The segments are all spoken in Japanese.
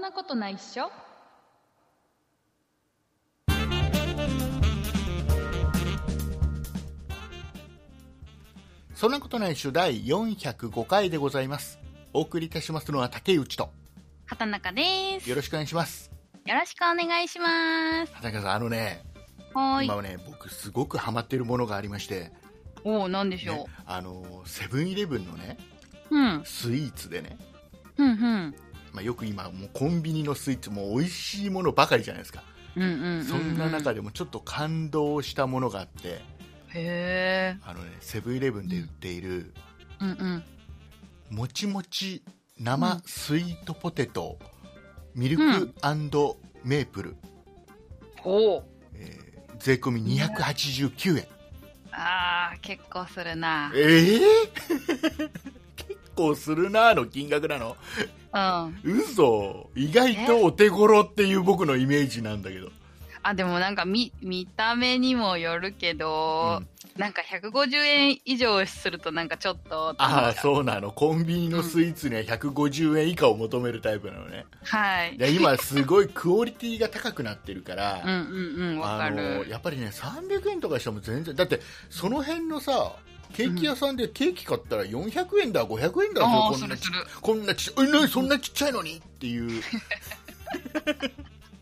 なことないっしょそんなことないっしょ第405回でございますお送りいたしますのは竹内と畑中ですよよろしくお願いしますろしくお願いします畑中さんあのねはーい今はね僕すごくハマっているものがありまして、おおなんでしねょ、あのセブンイレブンのねう、うんスイーツでね、うんうんまあ、よく今もうコンビニのスイーツも美味しいものばかりじゃないですか、うんうんうんうんそんな中でもちょっと感動したものがあってへえあのねセブンイレブンで売っているうんうんもちもち生スイートポテト、ミルクメープル、おおえー税込み289円あー結構するなええ 結構するなーの金額なのうん嘘意外とお手頃っていう僕のイメージなんだけどあでもなんか見見た目にもよるけど、なんか150円以上するとなんかちょっとああそうなのコンビニのスイーツには150円以下を求めるタイプなのねはいで今すごいクオリティが高くなってるかうんら、うんうんわあかのるやっぱりね300円とかしても全然だってその辺のさケーキ屋さんでケーキ買ったら400円だ500円だあぞあこすんなるちするこんなちっえなにそんなちっちゃいのにっていう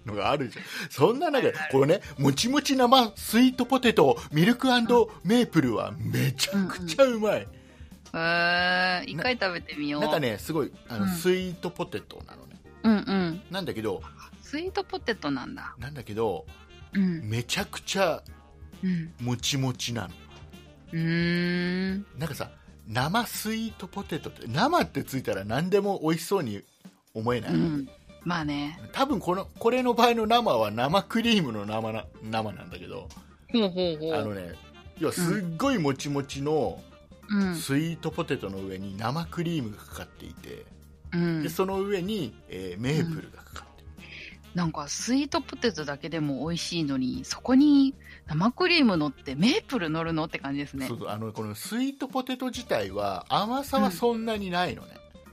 のがあるじゃんそんな中でこれねもちもち生スイートポテトミルクメープルはめちゃくちゃうまい、へえ一回食べてみようなんかねすごいあの、うんスイートポテトなのねうんうんなんだけどスイートポテトなんだなんだけどうんめちゃくちゃうんもちもちなのうーんなんかさ生スイートポテトって生ってついたら何でも美味しそうに思えない、うんまあね多分このこれの場合の生は生クリームの生な生なんだけどほうほうほあのうね要はすっごいもちもちのうんスイートポテトの上に生クリームがかかっていて、うんでその上に、えーメープルがかかってる、なんかスイートポテトだけでも美味しいのにそこに生クリーム乗ってメープル乗るのって感じですねそうそうあのこのスイートポテト自体は甘さはそんなにないのね、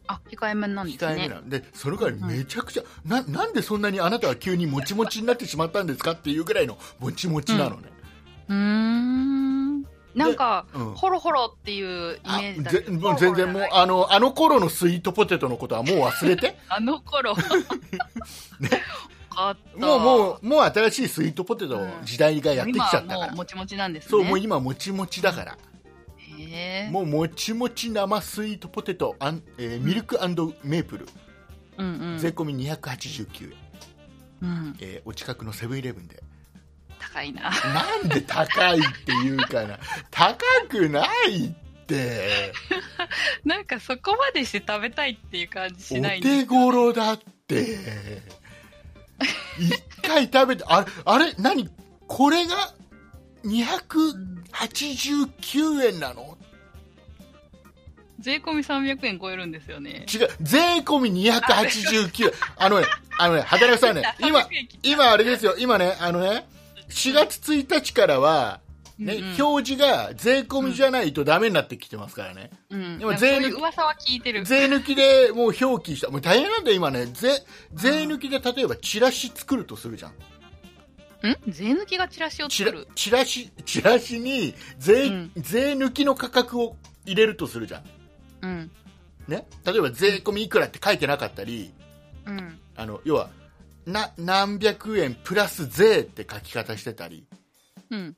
あ控えめなんです控えめねなのでそれがめちゃくちゃ、ななんでそんなにあなたは急にもちもちになってしまったんですかっていうぐらいのもちもちなのね、うーんなんかうんホロホロっていうイあメージだけぜどもう全然もうあのあの頃のスイートポテトのことはもう忘れ てあの 頃あったもうもうもう新しいスイートポテトの時代がやってきちゃったか今はら、もうもちもちなんですねそうもう今もちもちだから、へえもうもちもち生スイートポテトあん、えーミルクメープル、うんうん税込み289円、うんえーお近くのセブンイレブンで高いななんで高いって言うか な高くないってなんかそこまでして食べたいっていう感じしないおんです手頃 だって一回食べてあれあれ何これが289円なの税込み300円超えるんですよね違う税込み289円あのねあのね働か さんね今今あれですよ今ねあのね4月1日からはね、うんうん表示が税込みじゃないとダメになってきてますからね、うん、ででもも税税抜きそういう噂は聞いてる税抜きでもう表記したもう大変なんだよ今ね税税抜きで例えばチラシ作るとするじゃんん税抜きがチラシをチ作ラるチラシチラシに税,、うん税抜きの価格を入れるとするじゃん、うんね、例えば税込みいくらって書いてなかったりうんあの要はな何百円プラス税って書き方してたりうん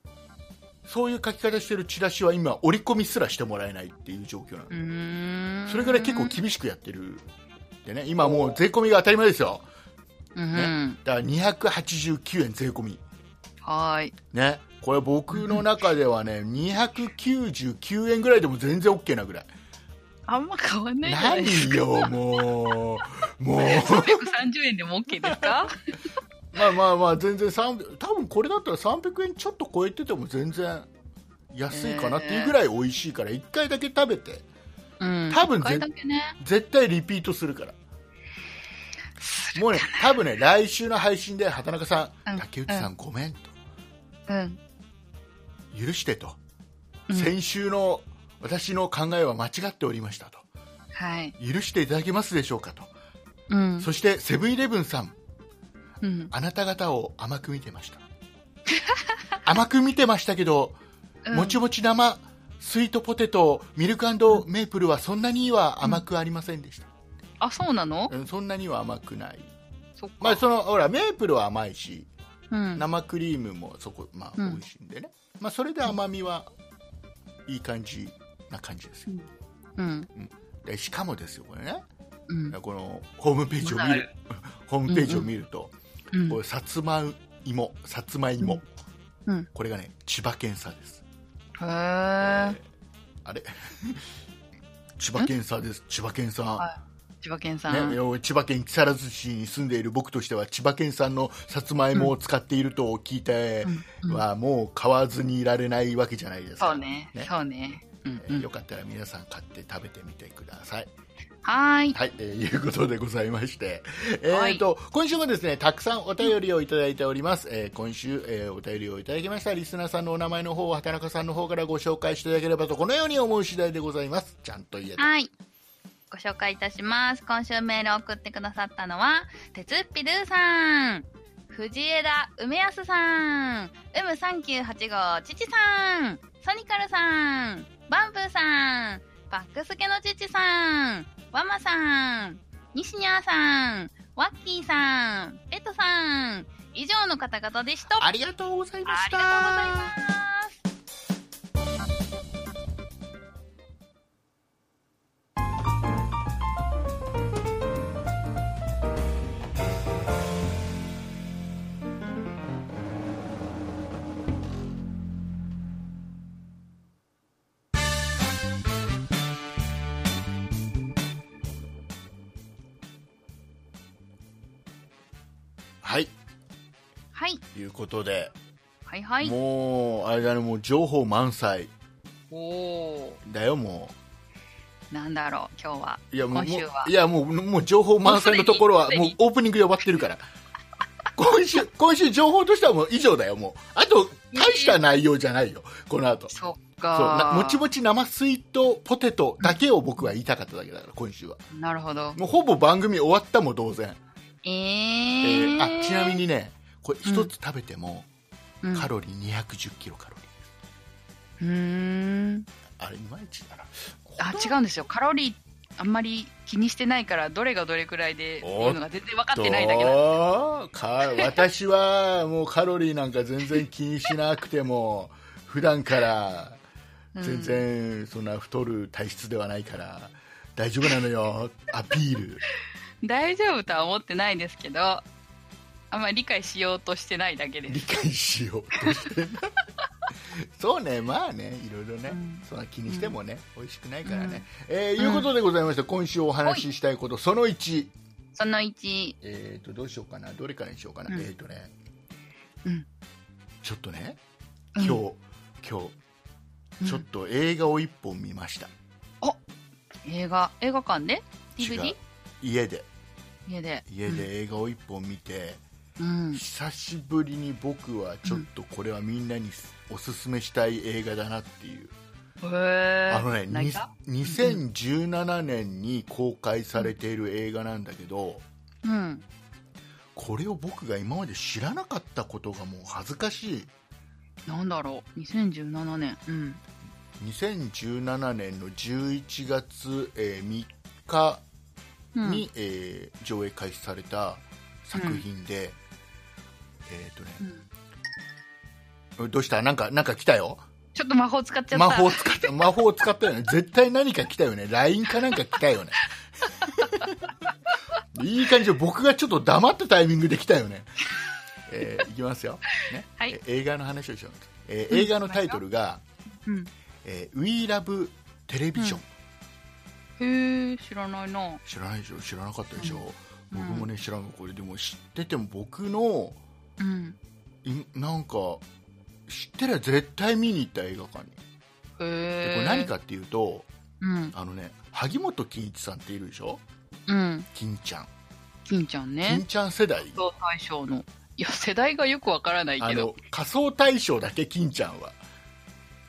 そういう書き方してるチラシは今折り込みすらしてもらえないっていう状況なのうーんそれぐらい結構厳しくやってるでね今もう税込みが当たり前ですようん、だから289円税込みはーいねこれ僕の中ではね299円ぐらいでも全然 OK なぐらいあんま変わんないじゃないです何 よもうもうか330円でも OK です かまあまあまあ全然300多分これだったら300円ちょっと超えてても全然安いかなっていうぐらい美味しいから1回だけ食べてうん多分一回だけね絶対リピートするからもうね多分ね来週の配信で畑中さん、うん竹内さんごめんとうん許してと、うん先週の私の考えは間違っておりましたとはい許していただけますでしょうかとうん。そしてセブンイレブンさんうん。あなた方を甘く見てました 甘く見てましたけど、うんもちもち生スイートポテトミルクメープルはそんなには甘くありませんでした、あ、そうなのうん、そんなには甘くないそっか。まあそのほらメープルは甘いしうん。生クリームもそこまあ美うん味しいんでね、まあそれで甘みはいい感じな感じですようん。でしかもですよこれねうん。このホームページを見るホームページを見ると、うんこれさつま芋さつまいも、うんうんこれがね千葉県産です、へえ。あれ 千葉県産です千葉県産、は千葉県さね、ん。千葉県木更津市に住んでいる僕としては千葉県産のさつまいもを使っていると聞いてうんうんはもう買わずにいられないわけじゃないですか、そうねね。そうね。うんえうーんよ。かったら皆さん買って食べてみてください。はーい。はい、えーいうことでございまして、はいえー、と今週もですねたくさんお便りをいただいております、えー今週、えーお便りをいただきましたリスナーさんのお名前の方を畑中さんの方からご紹介していただければとこのように思う次第でございますちゃんと言えたはい。ご紹介いたします。今週メールを送ってくださったのは、鉄っぴるーさん、藤枝梅安さん、うむ398号ちちさん、ソニカルさん、バンブーさん、バックスケのちちさん、ワマさん、西にゃーさん、ワッキーさん、ペットさん、以上の方々でした。ありがとうございまあしりたがとうございます。はいはい。ということで、はいはい。もうあれだねもう情報満載おおだよもー。なんだろう、今日は。ういやもう今週はもういやもうもう情報満載のところはもうすでもうにオープニングで終わってるから今 週今週情報としてはもう以上だよもうあと大した内容じゃないよこの後そっそうかなもちもち生スイートポテトだけを僕は言いたかっただけだから今週はなるほど。もうほぼ番組終わったも同然、ええー、ーあちなみ、にねこれ一つ食べてもうん、カロリー210キロカロリーうーん。あれいまいちだなあ、違うんですよ。カロリー、あんまり気にしてないから、どれがどれくらいでっていうのが全然分かってないだけだ。どうか私はもうカロリーなんか全然気にしなくても 普段から全然そんな太る体質ではないから大丈夫なのよアピール大丈夫とは思ってないですけど、あんまり理解しようとしてないだけで理す。解しようとし てるそうねまあねいろいろね、うんそんな気にしてもね、美味しくないからね、えーうんいうことでございまして今週お話ししたいことその1その1、えー、とどうしようかなどれからにしようかな、うんえっ、とね、うんちょっとねうん今日、今うん日ちょっと映画を一本見ました、映画、映画館で違 ?DVD? う家で家で。家で映画を一本見て、うん。久しぶりに僕はちょっとこれはみんなにおすすめしたい映画だなっていう、うん、へー。あのね泣にいた2017年に公開されている映画なんだけどうん。これを僕が今まで知らなかったことがもう恥ずかしいなんだろう。2017年。うん。 2017年の11月、えー3日うん、に、えー上映開始された作品で、えっ、とね、うんどうしたなんかなんか来たよちょっと魔法使っちゃった。魔法使った魔法 使ったよね絶対何か来たよね LINE かなんか来たよね いい感じで僕がちょっと黙ったタイミングで来たよね、えーいきますよ、ねはいえー映画の話をしよう、えーうん映画のタイトルがうん。 「えー WeLove テレビジョン」へえ知らないな知らないでしょ知らなかったでしょ、うん僕もね知らんがこれでも知ってても僕のうんいなんか知ってりゃ絶対見に行った映画館にへでえこれ何かっていうとうんあのね萩本欽一さんっているでしょうん欽ちゃん金ちゃん欽ねちゃん世代仮想大賞のいや世代がよくわからないあけのど仮想大賞だけ欽ちゃんは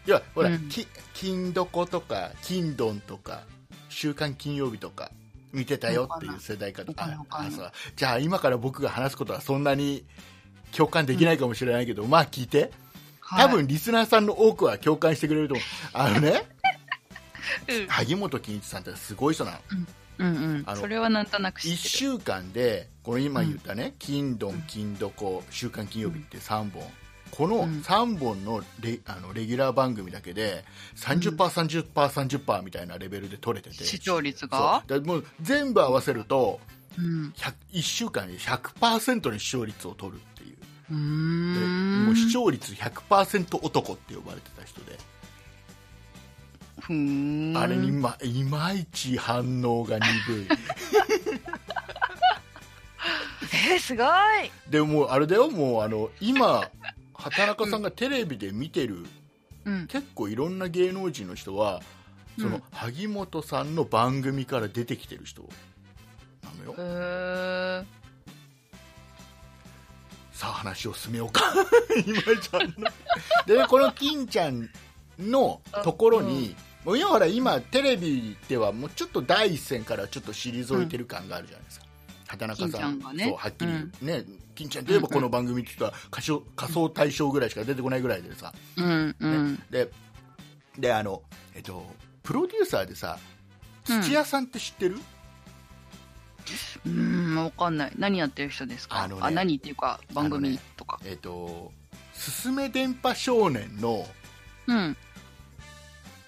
いやほら、うんき金どことか金どんとか週刊金曜日とか見てたよっていう世代かとわかんないわかんないそうじゃあ今から僕が話すことはそんなに共感できないかもしれないけど、まあ聞いてはい多、分リスナーさんの多くは共感してくれると思う、あのね 萩本欽一さんってすごい人なのうん、うんうあん。のそれはなんとなく知1ってる。週間でこの今言ったね、金土金土こ週刊金曜日って3本このうん3本のレあのレギュラー番組だけで 30%30%30% みたいなレベルで取れてて、視聴率そうが。だからもう全部合わせるとうん。 1週間で100%の視聴率を取るっていううーでん。もう視聴率100%男って呼ばれてた人で、ふーん。あれにまいまいち反応が鈍いえー、すごい。でもうあれだよもうあの今畑中さんがテレビで見てるうん。結構いろんな芸能人の人はその、うん萩本さんの番組から出てきてる人なのよへーさあ話を進めようか 今ちゃんのでこの金ちゃんのところに、もう今ほら今テレビではもうちょっと第一線からちょっと退いてる感があるじゃないですか、畑中さん金ちゃんがねそうはっきり、ね金ちゃんといえばこの番組って言ったら仮想仮想大賞ぐらいしか出てこないぐらいでさ、うんうねん。でであの、えっと、プロデューサーでさ土屋さんって知ってる、うーん、わかんない。何やってる人ですかあのねあ、何っていうか、番組とか。えっと「すすめ電波少年」のうん。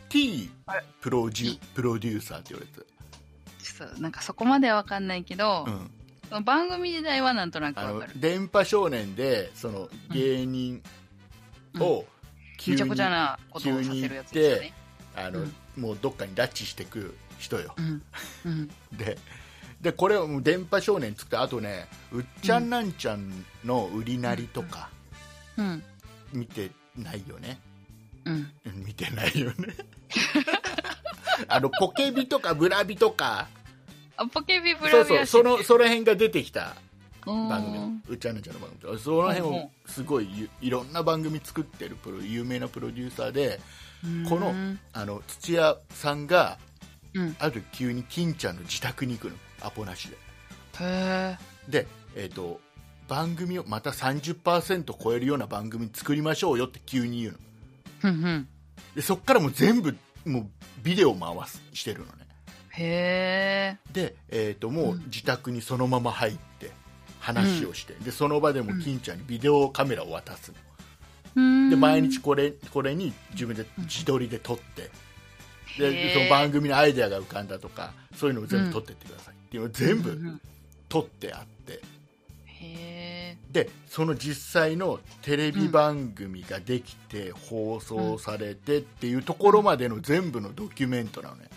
T あれプロデュプロデューサーって言われてちょっと、なんかそこまではわかんないけどた、、うん、その番組時代はなんとなくあわのかる。電波少年でその芸人を急めに、ちゃくちゃなことをさせるやつですよね。あのうんもうどっかに拉致してく人ようん。うん。ででこれをもう電波少年作ってあとねうっちゃんなんちゃんの売りなりとかうん。見てないよね、うん。うん見てないよね あのポケビとかブラビとかあ、ポケビブそラうビそうアそのその辺が出てきた番番組うっちゃんなんちゃんの番組その辺うんうをすごいゆいろんな番組作ってるプロ有名なプロデューサーでこうのんあの土屋さんがうんある時急に金ちゃんの自宅に行くのアポなしでへで、えー、と番組をまた30%超えるような番組作りましょうよって急に言うのーうんうんでそっからもう全部もうビデオ回すしてるのねへで、えー、ともううん自宅にそのまま入って話をして、でその場でも金ちゃんにビデオカメラを渡すの、ーで毎日これこれに自分で自撮りで撮って、でその番組のアイデアが浮かんだとかそういうのを全部撮ってってくださいっていうのを全うんう部ん撮ってあってへでその実際のテレビ番組ができて放送されてっていうところまでの全部のドキュメントなのねー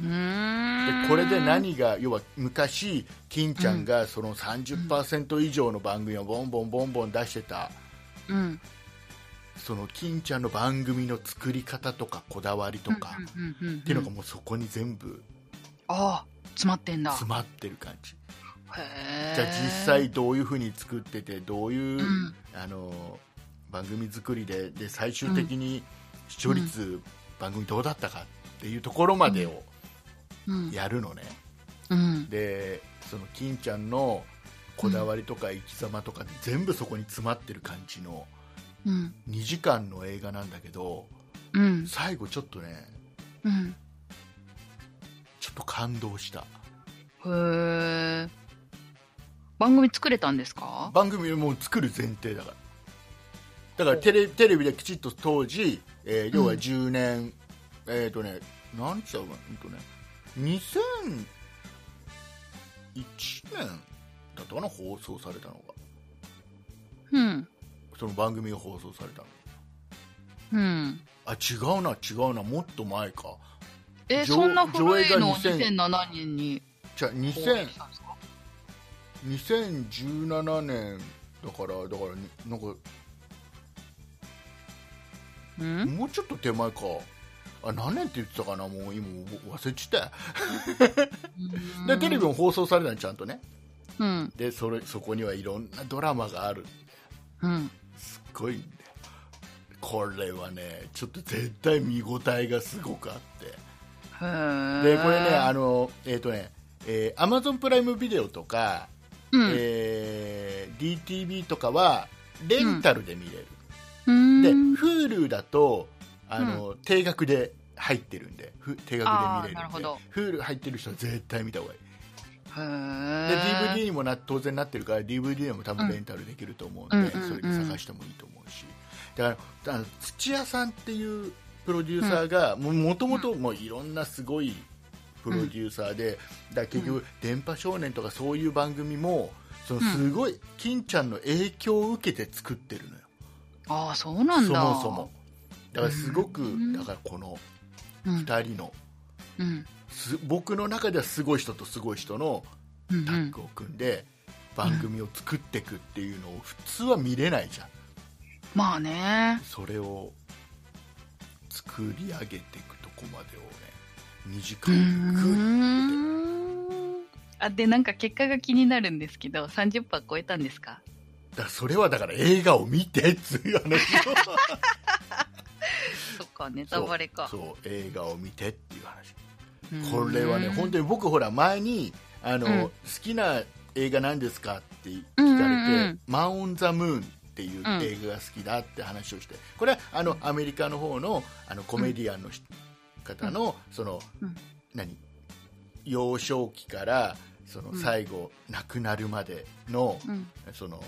うーんでこれで何が要は昔金ちゃんがその30%以上の番組をボンボンボンボン出してたうんその金ちゃんの番組の作り方とかこだわりとかっうんうんうんうんていうのがもうそこに全部ああ詰まってんだ詰まってる感じへえじゃあ実際どういうふうに作っててどういう、うんあの番組作りでで最終的に視聴率、番組どうだったかっていうところまでをうんやるのね、うんでその金ちゃんのこだわりとか生き様とか全部そこに詰まってる感じのうん2時間の映画なんだけどうん最後ちょっとねうんちょっと感動したへえ番組作れたんですか番組をもう作る前提だからだからテレテレビできちっと当時、えー要はうん10年、えっ、とねなんちゃうかなうんとね2001年だったかな放送されたのがうんその番組が放送されたうのんあ違うな違うなもっと前かえ上そんな古いのを上映が2000 2007年にじゃあ放映2000したんですか2017年だからだからになんかうんもうちょっと手前かあ何年って言ってたかなもう今忘れちゃったよでテレビも放送されたのちゃんとねうんでそれそこにはいろんなドラマがあるうんすっごいんだよこれはねちょっと絶対見応えがすごくあってへえでこれねあのえっ、とねえー、Amazon プライムビデオとか、うん。えー DTV とかはレンタルで見れる、うーんで Hulu だとあの、定額で入ってるんでふ定額で見れあーなるるんほでど Hulu 入ってる人は絶対見た方がいいへでー DVD にもな当然なってるから DVD も多分レンタルできると思うんで、うんうんうんそうんれで探してもいいと思うしだからあの土屋さんっていうプロデューサーがもともともういろんなすごいプロデューサーで、だから結局「電波少年」とかそういう番組もそのすごい金ちゃんの影響を受けて作ってるのよ、ああ、そうなんそだ。もそもだからすごく、うんだからこのうん。 2人のうん。す僕の中ではすごい人とすごい人のうんタッグを組んで番組を作っていくっていうのを普通は見れないじゃんまあね。それを作り上げていくとこまでをね2時うー間ぐっん。あ、で、なんか結果が気になるんですけど、30%超えたんですかだからそれはだから映画を見てっていう 話をそっか、ネタバレか。そう映画を見てっていう話うーんこれはね本当に僕ほら前にあの、うん好きな映画なんですかって聞かれてうんうんうん「マン・オン・ザ・ムーン」っていう映画が好きだって話をしてこれはあのアメリカの方のあのコメディアンのし方のその、うん何幼少期からそのうん最後、亡くなるまでのうん。その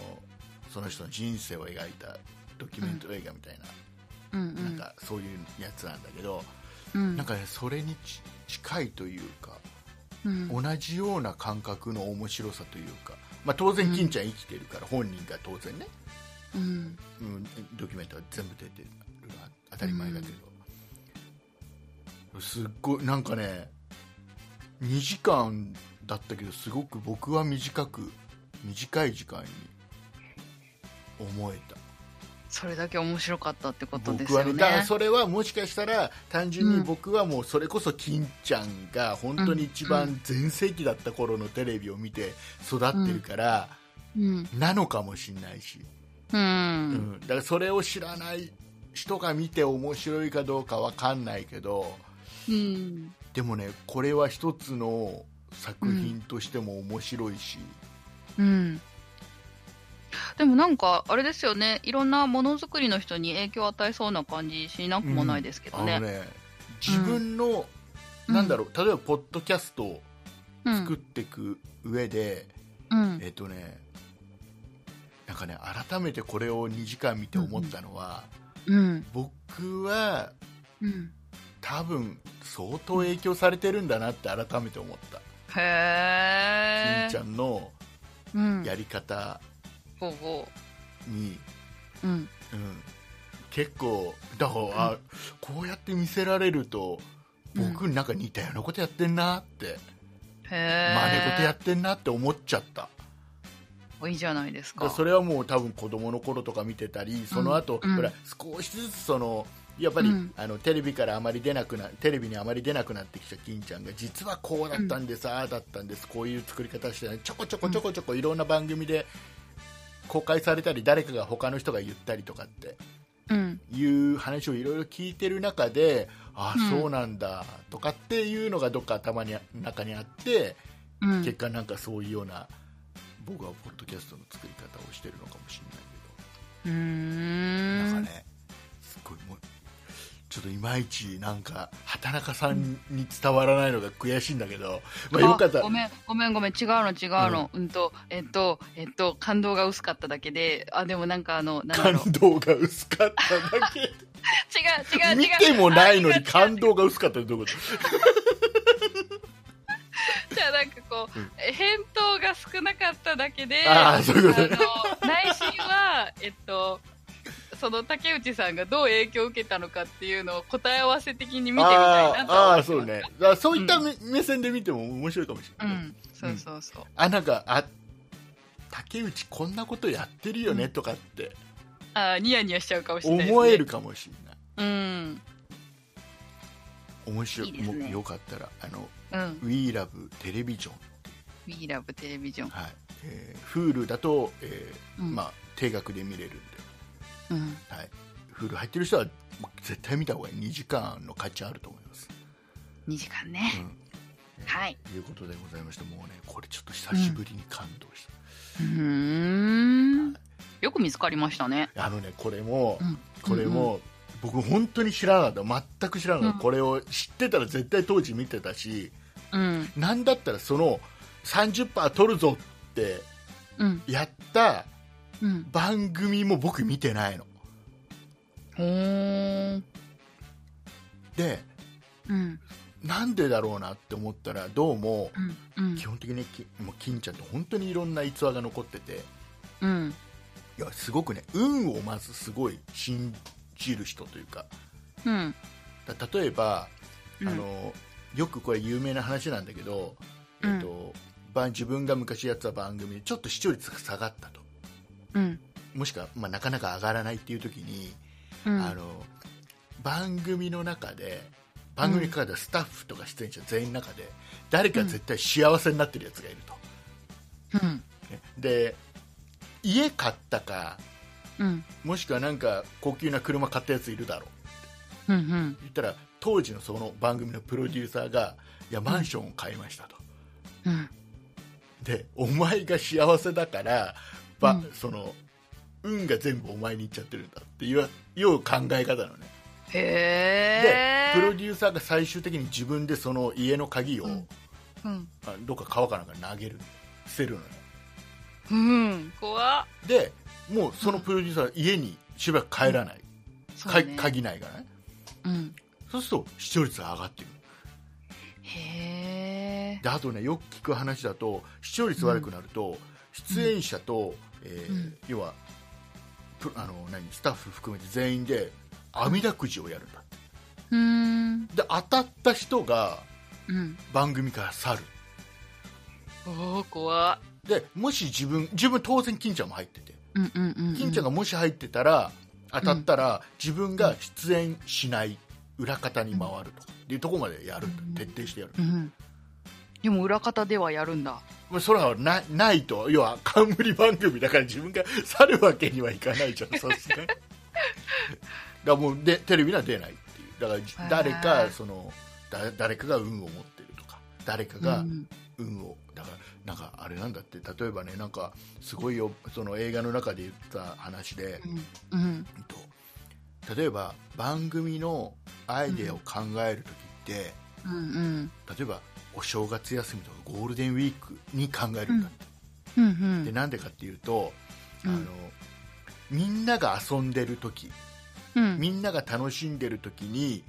その人の人生を描いたドキュメント映画みたいな,、うんうなんん。かそういうやつなんだけど、うんなんかねそれにち近いというか。うん同じような感覚の面白さというか、まあ、当然金ちゃん生きてるから、本人が当然ね、うん。うん、ドキュメントは全部出てるのは当たり前だけど、すっごいなんかね2時間だったけどすごく僕は短く短い時間に思えたそれだけ面白かったってことです僕はよねね。だからそれはもしかしたら単純に僕はもうそれこそ金ちゃんが本当に一番全盛期だった頃のテレビを見て育ってるからうん。なのかもしれないし、う。うんん、だからそれを知らない人が見て面白いかどうかわかんないけどうん。でもねこれは一つの作品としても面白いし、うん。でもなんか、あれですよね。いろんなものづくりの人に影響を与えそうな感じしなくもないですけどあのね。ね自分の、なんだろう例えばポッドキャストをうん、作っていく上で、うん。えっとね、なんかね、改めてこれを2時間見て思ったのは、うん。僕はうん。多分相当影響されてるんだなって改めて思った。へ金ー。ちゃんのうん。やり方ほうほに、う。うん。うん、結構、だから、あこうやって見せられると、僕なんか似たようなことやってんなって、へえ。真似事やってんなって思っちゃった。いいじゃないですでか。それはもう多分子供の頃とか見てたりその後、うんほら少しずつそのやっぱり、うんあのテレビからあまり出なくなテレビにあまり出なくなってきた金ちゃんが実はこうだったんです、ああだったんですこういう作り方してないちょこちょこちょこちょこいろんな番組で公開されたり誰かが他の人が言ったりとかってうん。いう話をいろいろ聞いてる中でああ、うんそうなんだとかっていうのがどっか頭に中にあってうん。結果なんかそういうような僕はポッドキャストの作り方をしてるのかもしれないけうーど、なんん。かねすごいもうちょっといまいちなんか畑中さんに伝わらないのが悔しいんだけど、まあ、よかったごめん、ごめん、ごめん、違うの、違うの。うん、と、えっと、えっと、感動が薄かっただけで、あ、でもなんかあの、なんだ感ろう。動が薄かっただ け違う、違う、見違う。てもないのあ違にう感動が薄かったってどういうこじゃあなんかこう、うんえ返答が少なかっただけで、あーそういうことねあの内心は、えっと、その竹内さんがどう影響を受けたのかっていうのを答え合わせ的 に見てみとたいあなとあはあ思あってそうますねだからそういった目,、目線で見ても面白いかもしうれない、ん、そうそうそう。あなんかあ竹内こんなことやってるよねとかってあーニヤニヤしちゃうかもしれないですね、思えるかもしれないうん。面白いいいですねもうよかったらあのうん。 We Love テレビジョン、 We Love テレビジョン。はいえー、Hulu だと、えーうんまあ、定額で見れるんで、うん。はい、Hulu 入ってる人はもう絶対見た方がいい2時間の価値あると思います、 2時間ね。うんはい。いうことでございましてもうねこれちょっと久しぶりに感動した、うーん。よく見つかりましたね。あのねこれも、うんこれも、僕本当に知らなかった全く知らなかった、うんこれを知ってたら絶対当時見てたしうん。なんだったらその30%取るぞってうん。やったうん。番組も僕見てないのほーん。でうん。なんでだろうなって思ったらどうもうん。うん基本的にきもう金ちゃんって本当にいろんな逸話が残っててうん。いやすごくね運をまずすごい信じる人というかうん。だ例えば、うんあのよくこれ有名な話なんだけど、うんえっとば自分が昔やってた番組でちょっと視聴率が下がったとうん。もしくは、まあ、なかなか上がらないっていう時に、うん。あの番組の中で番組に関わったスタッフとか出演者全員の中で誰か絶対幸せになってるやつがいると、うん。ねで家買ったかうん。もしくはなんか高級な車買ったやついるだろううん。うん。言ったら当時のその番組のプロデューサーがいやマンションを買いましたと、うん。でお前が幸せだからば、うんその運が全部お前にいっちゃってるんだっていういう考え方なのねへでえ。プロデューサーが最終的に自分でその家の鍵を、うんうん。あどっか川かなんかに投げる捨てるのねうん。怖っ。でもうそのプロデューサーは家にしばらく帰らない、そうかね鍵ないからねうん。そうすると視聴率が上がってくるへえ。であとねよく聞く話だと視聴率悪くなると、出演者と、えーうん要はプあの何スタッフ含めて全員で網だくじをやるんだってうーん。で当たった人がうん。番組から去るおお、怖っ。でもし自分自分当然金ちゃんも入っててうんうんうんうん。金ちゃんがもし入ってたら当たったら、自分が出演しない裏方に回るとかっていうところまでやるんうだん徹底してやるうん。でも裏方ではやるんだ。まあそれはなないと要は冠番組だから自分が去るわけにはいかないじゃ んさすがにだからもうでテレビには出ないっていうだからじへー誰かそのだ誰かが運を持ってるとか誰かがうん運をだからなんかあれなんだって例えばねなんかすごいよその映画の中で言った話で、うん。うん。うんと例えば番組のアイデアを考える時って、うんうん。例えばお正月休みとかゴールデンウィークに考えるんだって、うんうでん。なんでかっていうと、うんあのみんなが遊んでる時うん。みんなが楽しんでる時に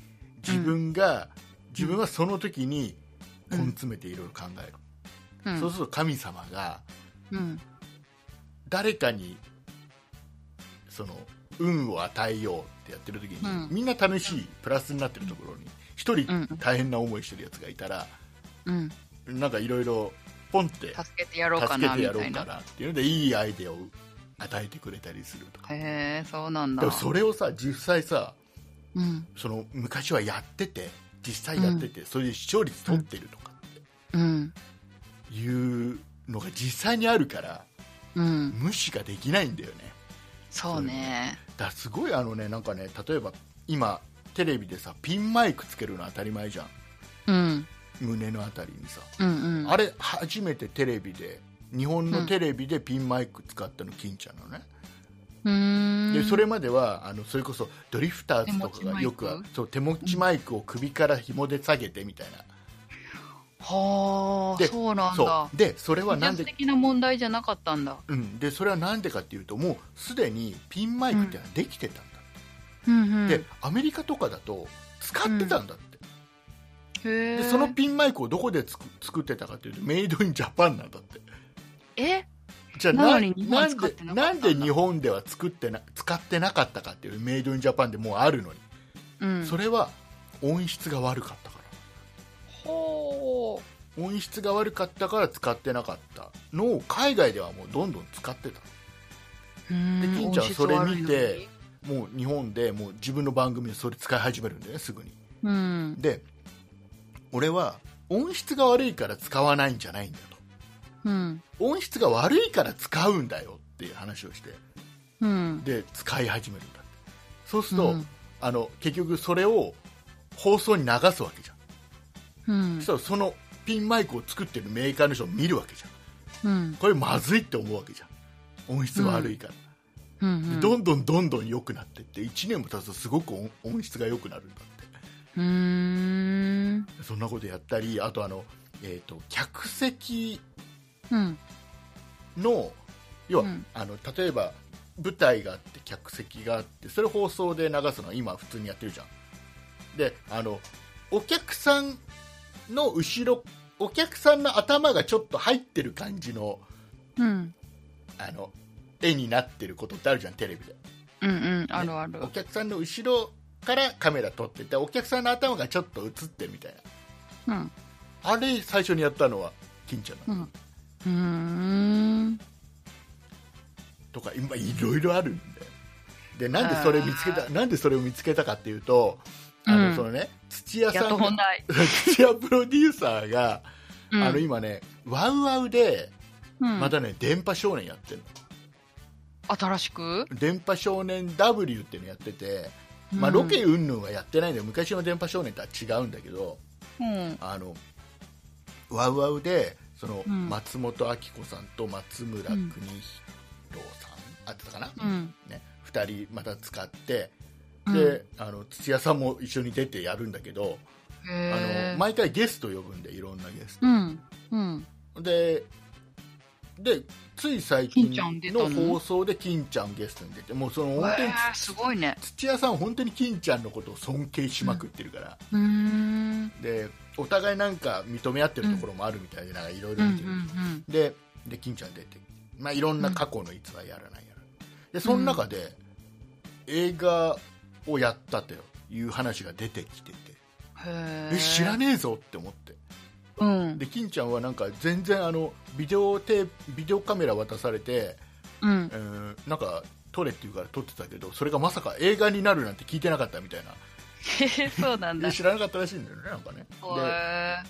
自分が、自分はその時に根詰めていろいろ考える、うんそうすると神様がうん。誰かにその運を与えようってやってる時に、うんみんな楽しいプラスになってるところに一人うん大変な思いしてるやつがいたら、うん。なんかいろいろポンって助けてやろうか助けな、てみやろたういかな。なっていうのでいいアイデアを与えてくれたりするとかへえ、そうなんだでも。それをさ実際さうん。その昔はやってて実際やってて、それで視聴率取ってるとかうん。っていうのが実際にあるからうん。無視ができないんだよねそうね。だからすごいあのねなんかね例えば今テレビでさピンマイクつけるの当たり前じゃんうん。胸のあたりにさ、うんうん。あれ初めてテレビで日本のテレビでピンマイク使ったの金ちゃんなのね、うーん。でそれまではあのそれこそドリフターズとかがよく手持ちマイクそう手持ちマイクを首から紐で下げてみたいはあ、でそうなな、んだそ。うでそれは技なん術で的な問題じゃなかったんだ。うん、でそれはなんでかっていうともうすでにピンマイクってのはできてたんだうんうっん。て、へでアメリカとかだと使ってたんだって、え。でそのピンマイクをどこでつく作ってたかっていうとメイドインジャパンなんだってえじゃあなのなに日本は使ってなかったんだなんでなんで日本では作ってな使ってなかったかっていうメイドインジャパンでもうあるのに、うん。それは音質が悪かったかほら音質が悪かったから使ってなかったのを海外ではもうどんどん使ってたう。うんで金ちゃんそれ見て。もう日本でもう自分の番組でそれ使い始めるんだよねすぐにうん。で俺は音質が悪いから使わないんじゃないんだとうん。音質が悪いから使うんだよっていう話をしてうん。で使い始めるんだってそうすると、うんあの結局それを放送に流すわけじゃん、うんそしたらそのピンマイクを作ってるメーカーの人を見るわけじゃんうんこれまずいって思うわけじゃん音質悪いかうら、んでうんどんどんどんどん良くなってって1年も経つとすごく音音質が良くなるんだっうーんてそんなことやったりあとあの、えー、と客席うんの要は、うんあの例えば舞台があって客席があってそれ放送で流すのは今普通にやってるじゃんであのお客さんの後ろお客さんの頭がちょっと入ってる感じのうんあの絵になってることってあるじゃんテレビで、ねうんうんあるあるお客さんの後ろからカメラ撮っててお客さんの頭がちょっと映ってるみたいなうんあれ最初にやったのは金ちゃんなのうんうーんとか今いろいろあるんだよでなんでそれ見つけたなんでそれを見つけたかっていうとあの、うんそのね土屋やっさとん本が題 土屋プロデューサーが、うんあの今ねワウワウでうんまたね電波少年やってる新しくの電波少年 W っていうのやってて、まあ、うんロケ云々はやってないんだよ昔の電波少年とは違うんだけどうんあのワウワウでその、うん松本明子さんと松村う邦ん弘さん、あってたかな、うんね、2人また使ってうんで、あの土屋さんも一緒に出てやるんだけど、あへのー毎回ゲスト呼ぶんでいろんなゲスうんうんトででつい最近金ちゃん出たのの放送で金ちゃんゲストに出てもうその本当にへーすごいね土屋さん本当に金ちゃんのことを尊敬しまくってるから、うーんでお互いなんか認め合ってるところもあるみたいでなんかいろいうんうろんう見てる、んでで金ちゃん出て、まあ、いろんな過去の逸話やらないやらないでその中で、映画をやったという話が出てきててへーえ知らねえぞって思ってうんで金ちゃんはなんか全然あのビデオテープビデオカメラ渡されて、うん えーなんか撮れって言うから撮ってたけどそれがまさか映画になるなんて聞いてなかったみたいなへーそうなんだえ知らなかったらしいんだよねなんかねへー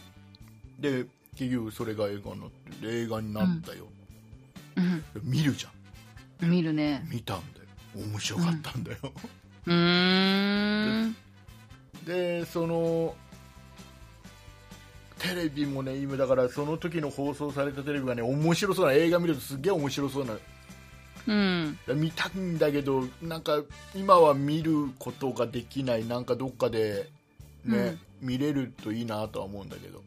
でで結局それが映画になってで映画になったよ、うんで見るじゃん見るね見たんだよ面白かったんだよ、うーんでそのテレビもね今だからその時の放送されたテレビがね面白そうな映画見るとすげえ面白そうなうん見たいんだけどなんか今は見ることができないなんかどっかでね、見れるといいなとは思うんだけど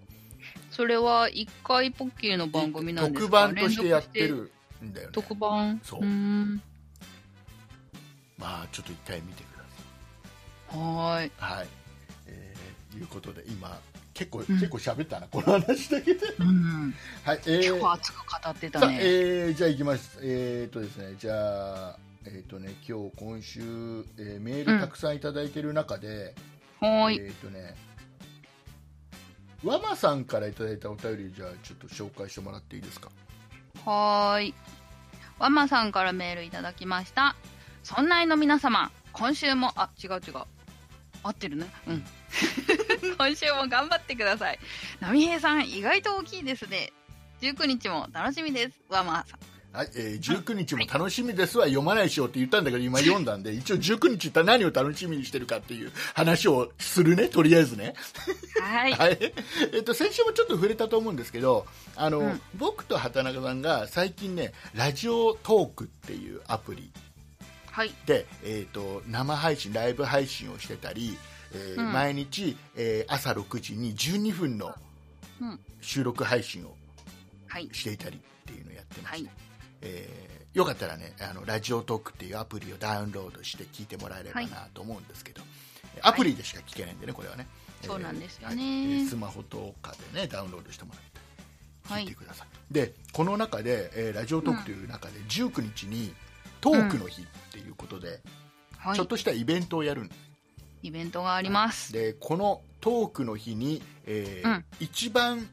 それは一回ポッキーの番組なんです特か番としてやってるんだよね特番そうーんまあちょっと一回見てくだはーいさいはい、えーいうことで今結構、ん結構喋ったなこの話だ けでうんはいえー結構熱く語ってさたあ、ねえーじゃあ行きます。えーっとですね、じゃあ、えーっとね、今日、今週、えーメールたくさんいただいてる中で、はーえいーっとね、ワマさんからいただいたお便り、じゃあちょっと紹介してもらっていいですか。はーいワンマンさんからメールいただきましたそんないの皆様今週もあ違う違う合ってるねうん 今週も頑張ってください波平さん意外と大きいですね19日も楽しみですワンマンさんはい、えー19日も楽しみですは読まないしようって言ったんだけど、今読んだんで、一応19日って何を楽しみにしてるかっていう話をするね、とりあえずね。はいはい、えっと、先週もちょっと触れたと思うんですけど、あの、うん僕と畑中さんが最近ね、ラジオトークっていうアプリはいで、えっと、生配信、ライブ配信をしてたり、えーうん毎日、えー朝6時に12分のうん収録配信をはいしていたりっていうのをやってました、はいえーよかったらねあのラジオトークっていうアプリをダウンロードして聞いてもらえればはいなと思うんですけど、アプリでしか聞けないんでねこれはね、そうなんですよねはいえースマホとかでねダウンロードしてもらっては聞いいてください、でこの中で、えーラジオトークという中で19日にトークの日っていうことで、はちょっいとしたイベントをやるんですイベントがありますでこのトークの日に、えーうん一番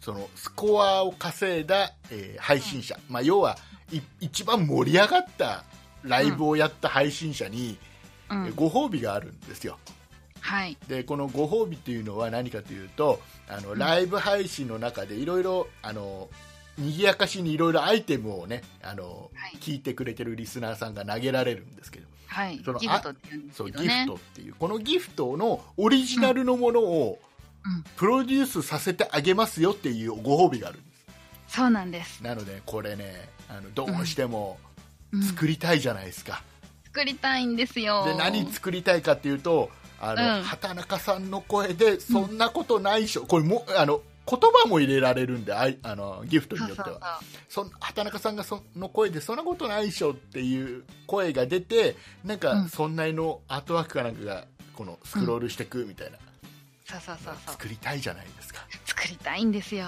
そのスコアを稼いだ、えー配信者、まあ、要はい一番盛り上がったライブをやった配信者に、うんえーご褒美があるんですよはいでこのご褒美っていうのは何かというとあのライブ配信の中でいろいろあの賑やかしにいろいろアイテムをねあの、はい聞いてくれてるリスナーさんが投げられるんですけどはいそのギフトって言うんですそうけどギフねトっていうこのギフトのオリジナルのものをうんプロデュースさせてあげますよっていうご褒美があるんですそうなんです、なのでこれねあのどうしてもうん作りたいじゃないですか、作りたいんですよで何作りたいかっていうとあの、うん畑中さんの声でそんなことないっしょ、これもあの言葉も入れられるんであいあのギフトにそうよそっうてはそうそん畑中さんがその声でそんなことないっしょっていう声が出てなんうかんそんなのアートワークかなんかがこのスクロールしてくみたいな、そうそうそうそう作りたいじゃないですか作りたいんですよ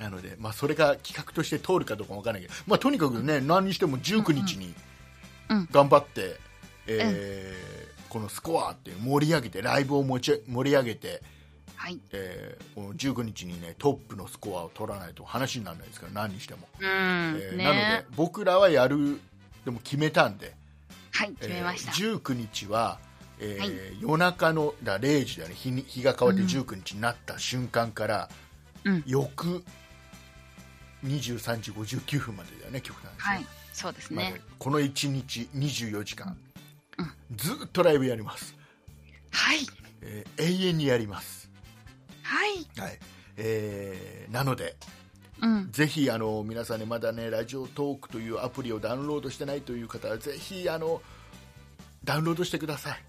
なので、まあ、それが企画として通るかどうかわからないけど、まあ、とにかくね何にしても19日にうんうん頑張って、えーこのスコアっていう盛り上げてライブを持ち盛り上げて、はいえーこの19日にねトップのスコアを取らないと話にならないですから何にしても、うん、えーねなので僕らはやるでも決めたんで、はいえー決めました、 19日は、えーはい夜中のだから0時だよね日に日が変わって19日になった瞬間から、うん翌23時59分までだよね極端ですねはいそうですね、まあこの1日24時間、うんずっとライブやります、はいえー永遠にやります、はいはいえーなのでうんぜひあの皆さんねまだねラジオトークというアプリをダウンロードしてないという方はぜひあのダウンロードしてください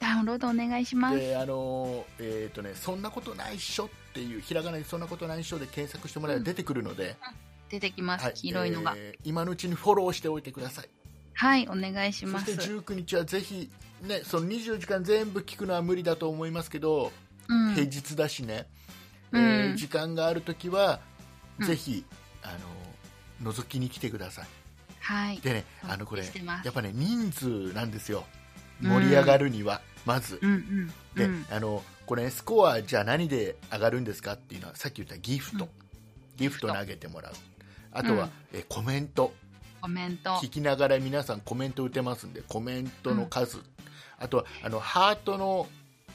ダウンロードお願いしますであのえっ、とねそんなことないっしょっていうひらがなでそんなことないっしょで検索してもらえば出てくるので、出てきます、はい黄色いのがえー今のうちにフォローしておいてくださいはいお願いしそましてす19日はぜひねその24時間全部聞くのは無理だと思いますけど、うん平日だしね、うんえー時間があるときは、うんぜひあの覗きに来てくださいはいでねはいあのこれしてますやっぱね人数なんですようん盛り上がるには、まずうんうんで、うんあのこれ、ね、スコアじゃあ何で上がるんですかっていうのはさっき言ったギフト、うんギフト投げてもらうあとは、えコメントコメント聞きながら皆さんコメント打てますんでコメントの数、あとはあのハートの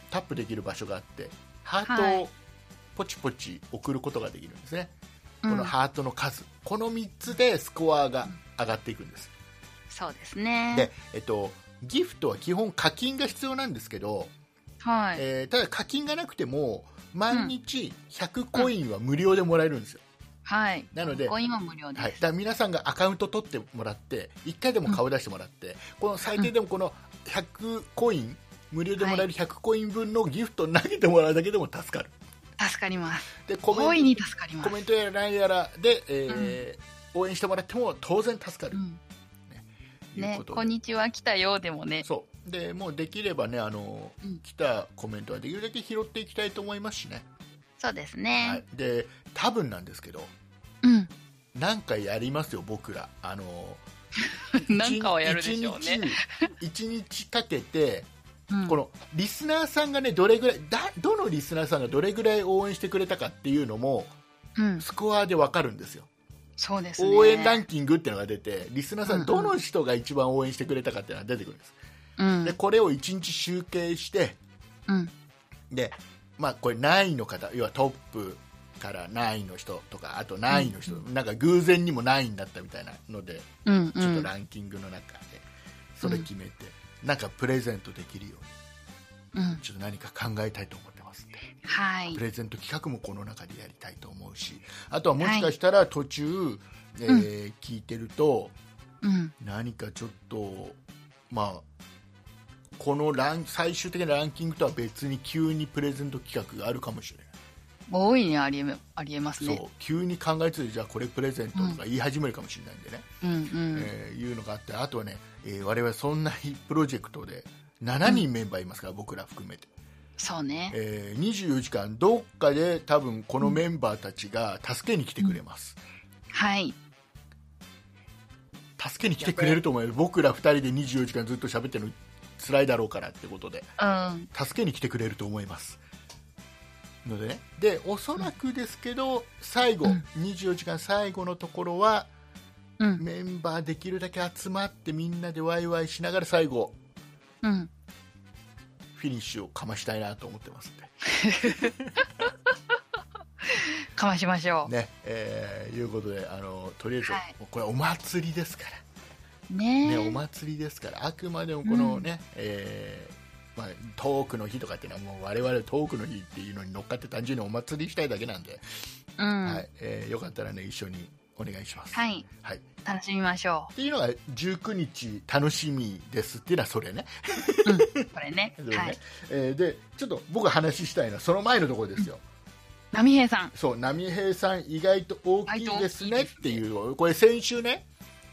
タップできる場所があってハートはをポチポチ送ることができるんですね、うんこのハートの数この3つでスコアが上がっていくんです、そうですねで、えっと、ギフトは基本課金が必要なんですけど、はい、えーただ課金がなくても毎日100コインは無料でもらえるんですよ、はいなのでコインは無料です、はい、だから皆さんがアカウント取ってもらって1回でも顔出してもらって、この最低でもこの100コイン無料でもらえる100コイン分のギフトを投げてもらうだけでも助かる助かりますでコ大いメンに助かりますコメントやら何やらで、えー応援してもらっても当然助かるう、んというねこ、とこでんにちは来たよでもねそうでもうできればねあの、うん来たコメントはできるだけ拾っていきたいと思いますしね、そうですね、はい、で多分なんですけど、 うんなんかやりますよ、僕ら。あのなんかはやるでしょうね。 1日一日かけて、うんこのリスナーさんがね、どれぐらいだ、どのリスナーさんがどれぐらい応援してくれたかっていうのも、うん、スコアでわかるんですよ。そうですね応援ランキングっていうのが出て、リスナーさ、うんうんんどの人が一番応援してくれたかっていうのが出てくるんです。うんで、これを1日集計して、うんで、まあ、これ何位の方、要はトップから何位の人とか、あと何位の人、なんか偶然にも何位になったみたいなので、うんうちょっとんランキングの中でそれ決めて、なんかプレゼントできるようにうんちょっと何か考えたいと思ってますんではいプレゼント企画もこの中でやりたいと思うしあとはもしかしたら途中、えー聞いてるとうん何かちょっとまあこのラン最終的なランキングとは別に急にプレゼント企画があるかもしれない、大いにありえありえますねそう急に考えついてじゃあこれプレゼントとか言い始めるかもしれないんでね、うんうん、えーいうのがあってあとはね、えー我々そんな日プロジェクトで7人メンバーいますから、僕ら含めて、そうねえー24時間どっかで多分このメンバーたちが助けに来てくれます、はい助けに来てくれると思います僕ら2人で24時間ずっと喋ってるの辛いだろうからってことでうん助けに来てくれると思いますのでねでおそらくですけど最後、うん24時間最後のところはうんメンバーできるだけ集まってみんなでワイワイしながら最後うんフィニッシュをかましたいなと思ってますんでかましましょうねえーいうことであのとりあえず、はいこれお祭りですかねら、えね、お祭りですからあくまでもこのね、えーまあ、トークの日とかっていうのはもう我々トークの日っていうのに乗っかって単純にお祭りしたいだけなんで、うん。はいえーよかったらね一緒にお願いします、はいはい、っ楽しみましょていうのが19日楽しみですっていうのはそれねう。これね。 それねはい。えーでちょっと僕話したいのはその前のところですよ、波平さん。そう波平さん意外と大きいですねっていうこれ先週ね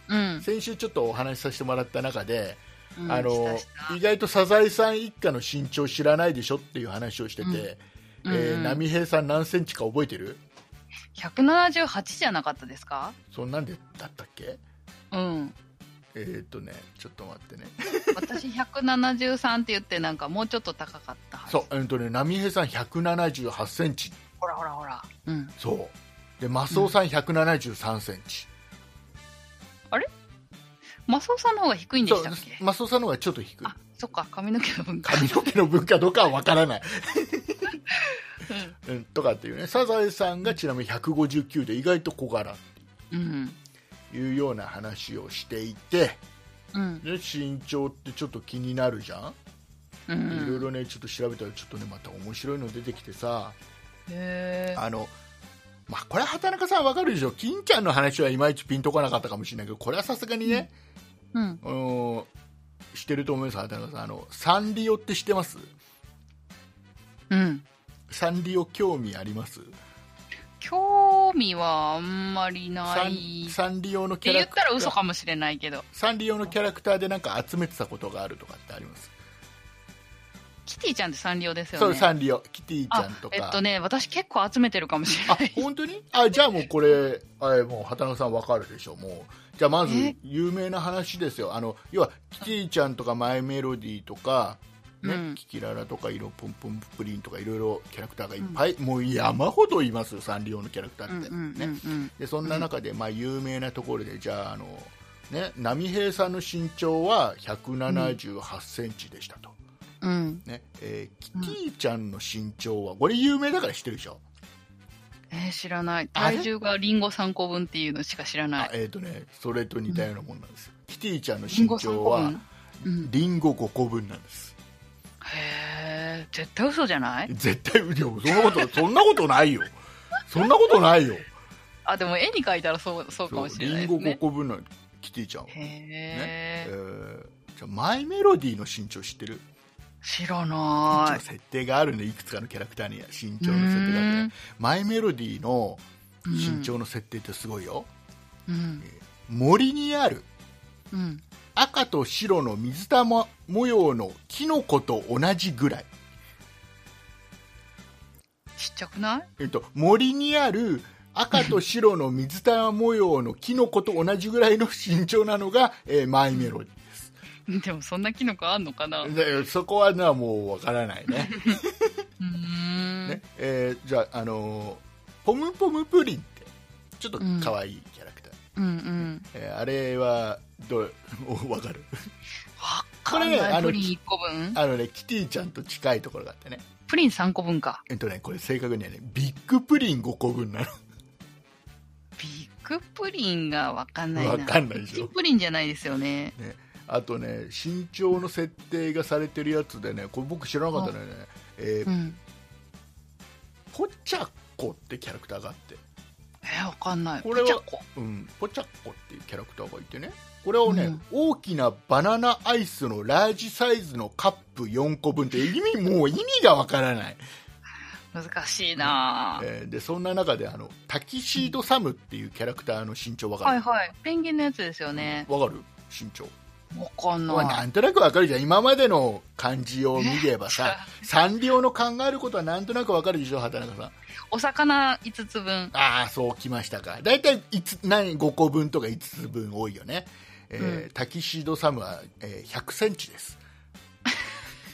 うん。先週ちょっとお話しさせてもらった中で、うんあのしたした意外とサザエさん一家の身長知らないでしょっていう話をしてて、うえんー波平さん何センチか覚えてる178じゃなかったですかそんなんでだったっけうん。えーっとねちょっと待ってね私173って言ってなんかもうちょっと高かったはず。そう、えーっとね波平さん178センチほらほらほら。うん。そうでマスオさん173センチ、マスオさんの方が低いんでそしうたっけマスオさんの方がちょっと低いあ、そっか。髪の毛の分か。髪の毛の分かどうかは分からないうんうんとかっていうねサザエさんがちなみに159で意外と小柄うん。というような話をしていてうん。で身長ってちょっと気になるじゃ、うんいろいん。ろねちょっと調べたらちょっとねまた面白いの出てきてさへーあのまあこれは畑中さんわかるでしょ金ちゃんの話はいまいちピンとこなかったかもしれないけどこれはさすがにね、うん。うん、してると思います畑中さんあのサンリオって知ってますうん。サンリオ興味あります興味はあんまりなサい。ンっサンリオのキてャ言ラっクタたーら嘘かもしれないけど。サンリオのキャラクターでなんか集めてたことがあるとかってありますキティちゃんってサンリオですよね。そうサンリオキティちゃんとかえっとね、私結構集めてるかもしれなあい。本当にあじゃあもうこれあもう畑中さんわかるでしょもうじゃあまずえ有名な話ですよあの要はキティちゃんとかマイメロディーとか、ねうんキキララとか色ポンポンプリンとかいろいろキャラクターがいっぱい、もう山ほどいますよサンリオのキャラクターって、ねんでそんな中で、まあ、有名なところでじゃああの、ね、波平さんの身長は1 7 8センチでしたと、うん。うん。ねえーキティちゃんの身長はこれ有名だから知ってるでしょ、えー知らない。あれ体重がリンゴ3個分っていうのしか知らなあい。えーとね、それと似たようなもんなんですよ、キティちゃんのリン身ゴ3長個は分うん。リンゴ5個分なんですへえ、絶対嘘じゃない絶対いやそんなことそんなことないよそんなことないよあ、でも絵に描いたらそう、そうかそもうしれなリンいですゴ5ね。個分のキティちゃんは、へええ、ーじゃあマイメロディの身長知ってる知ら一な応設定があるねいくつかのキャラクターには身長の設定があるうねんマイメロディのい。身長の設定ってすごいよ、うん。森にあるうん。赤と白の水玉模様のキノコと同じぐらいちっちゃくないえっと、森にある赤と白の水玉模様のキノコと同じぐらいの身長なのが、えーマイメロディです でもそんなキノコあんのかなうでそこはなもうわからないねーん。ね、えーじゃあ、あのーポムポムプリンってちょっと可愛いキャラクター、うんうん。えーあれはどうわかるわこかれんねなあい。のプリン1個分あのねキティちゃんと近いところがあってねプリン3個分か。えっとねこれ正確にはねビッグプリン5個分なのビッグプリンがわかんないな。わかんないでしょビッグプリンじゃないですよね。あとね身長の設定がされてるやつでねこれ僕知らなかったのよね、えーうん。ポチャッコってキャラクターがあって、えー、わかんない。これはポチャッコうん、ポチャッコっていうキャラクターがいてねこれをね、うん大きなバナナアイスのラージサイズのカップ4個分って意 味もう意味がわからない、難しいなぁ、えーでそんな中であのタキシードサムっていうキャラクターの身長わかはいるはい。ペンギンのやつですよね。わかる身長わかんまあな。ないんとなくわかるじゃん今までの漢字を見れば さサンリオの考えることはなんとなくわかるでしょ畑中さんお魚5つ分。ああそうきましたか大体いつ何5個分とか5つ分多いよね、えーうんタキシードサムは、えー、1 0 0ンチです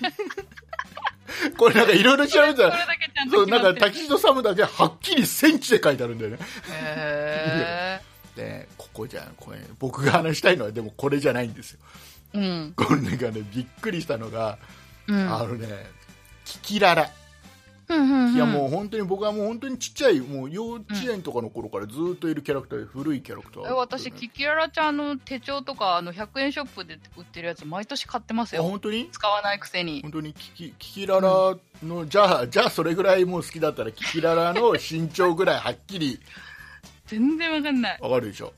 これなんかいろいろ調べそたれだ らけちゃんそとうなん決まっかてタる。キシードサムだけはっきりセンチで書いてあるんだよねへでここじゃんこれ僕が話したいのはでもこれじゃないんですよ ぇー。うん。これがねびっくりしたのが、うん。あのねキキララうんうんうん、いやもう本当に僕はもう本当にちっちゃいもう幼稚園とかの頃からずっといるキャラクターで古いキャラクター、え私キキララちゃんの手帳とかあの100円ショップで売ってるやつ毎年買ってますあよ本当に使わないくせに本当にキキキキララの、じゃあじゃあそれぐらいもう好きだったらキキララの身長ぐらいはっきり全然わかんないわかるでしょ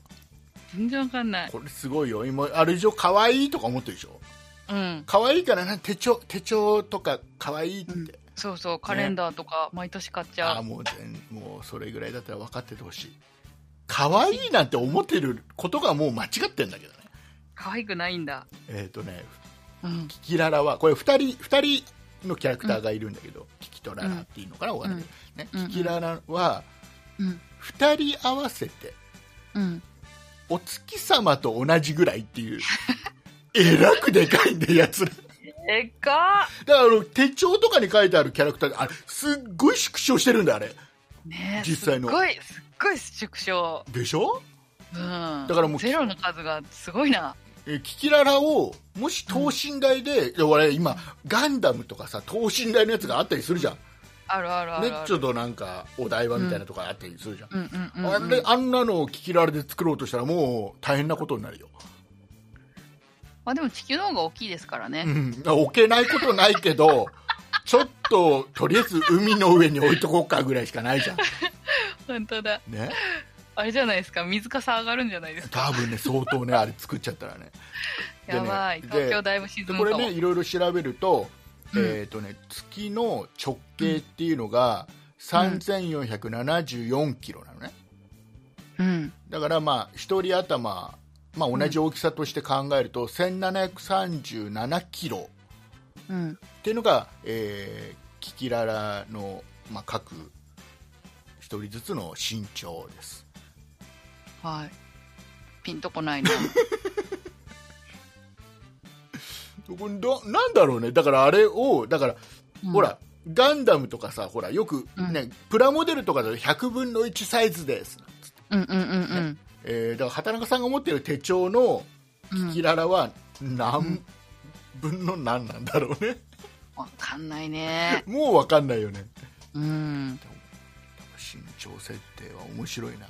全然わかんないこれすごいよ今あれ以上可愛いとか思ってるでしょうん可愛いからな手帳手帳とか可愛いって、うんそうそうカレンダーとか毎年買っちあゃあう、もう全もうそれぐらいだったら分かっててほしい可愛いなんて思ってることがもう間違ってんだけどね可愛くないんだえっ、とねうんキキララはこれ二人二人のキャラクターがいるんだけど、キキとララっていうのかな、わかんないけどうんね、キキララはうん二人合わせてうんお月様と同じぐらいっていう えらくでかいんでやつらでっかだからあの手帳とかに書いてあるキャラクターあれすっごい縮小してるんだあれねえ実際のすっごいすっごい縮小でしょうんだからもうゼロの数がすごいなえーキキララをもし等身大で、いや俺今ガンダムとかさ等身大のやつがあったりするじゃん、あるあるあるねある、、ちょっとなんかお台場みたいなとこあったりするじゃん、うんうんうん、あうん、れあんなのをキキララで作ろうとしたらもう大変なことになるよ、まあでも地球の方が大きいですからね、うん、置けないことないけどちょっととりあえず海の上に置いとこうかぐらいしかないじゃん本当だねあれじゃないですか水かさ上がるんじゃないですか多分ね相当ねあれ作っちゃったらねでねやばいで東京だいぶ沈でむこかもれねいろいろ調べると,、うんえーとね、月の直径っていうのが3474キロなのねうんだからまあ1人頭、まあ、同じ大きさとして考えると1737キロうんっていうのが、えーキキララの、まあ、各1人ずつの身長ですはいピンとこないなこれどなんだろうねだからあれをだからうん ほら、ガンダムとかさ、ほら、よくね、プラモデルとかだと100分の1サイズです。うんうんうんえー、だから、畑中さんが持ってる手帳のうんうキんララはう何ん分の何なんだろうね。わかんないね もうわかんないよね。うん身長設定は面白いな。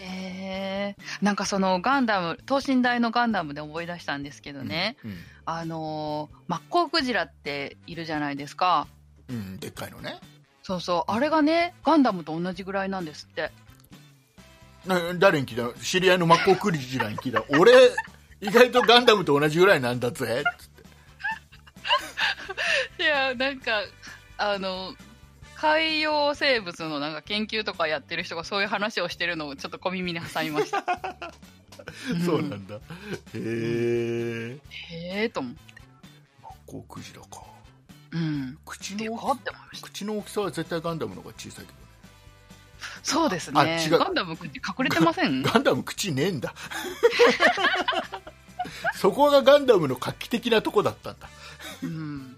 へえんかそのガンダム等身大のガンダムで思い出したんですけどね、うん。あのーマッコウクジラっているじゃないですかうん、うんでっかいのね。そうそうあれがねガンダムと同じぐらいなんですってな誰に聞いたの知り合いのマッコウクジラに聞いたの俺、意外とガンダムと同じぐらいなんだぜ。つっていやなんかあの海洋生物のなんか研究とかやってる人がそういう話をしてるのをちょっと小耳に挟みました そうなんだ。へえ。へえと思うマッコウクジラか。うん口でのか大っきてさ思いました口の大きさは絶対ガンダムの方が小さいけそうですあね違うガンダムって隠れてませんどガンダム口ねえんだ そこがガンダムの画期的なとこだったんだうん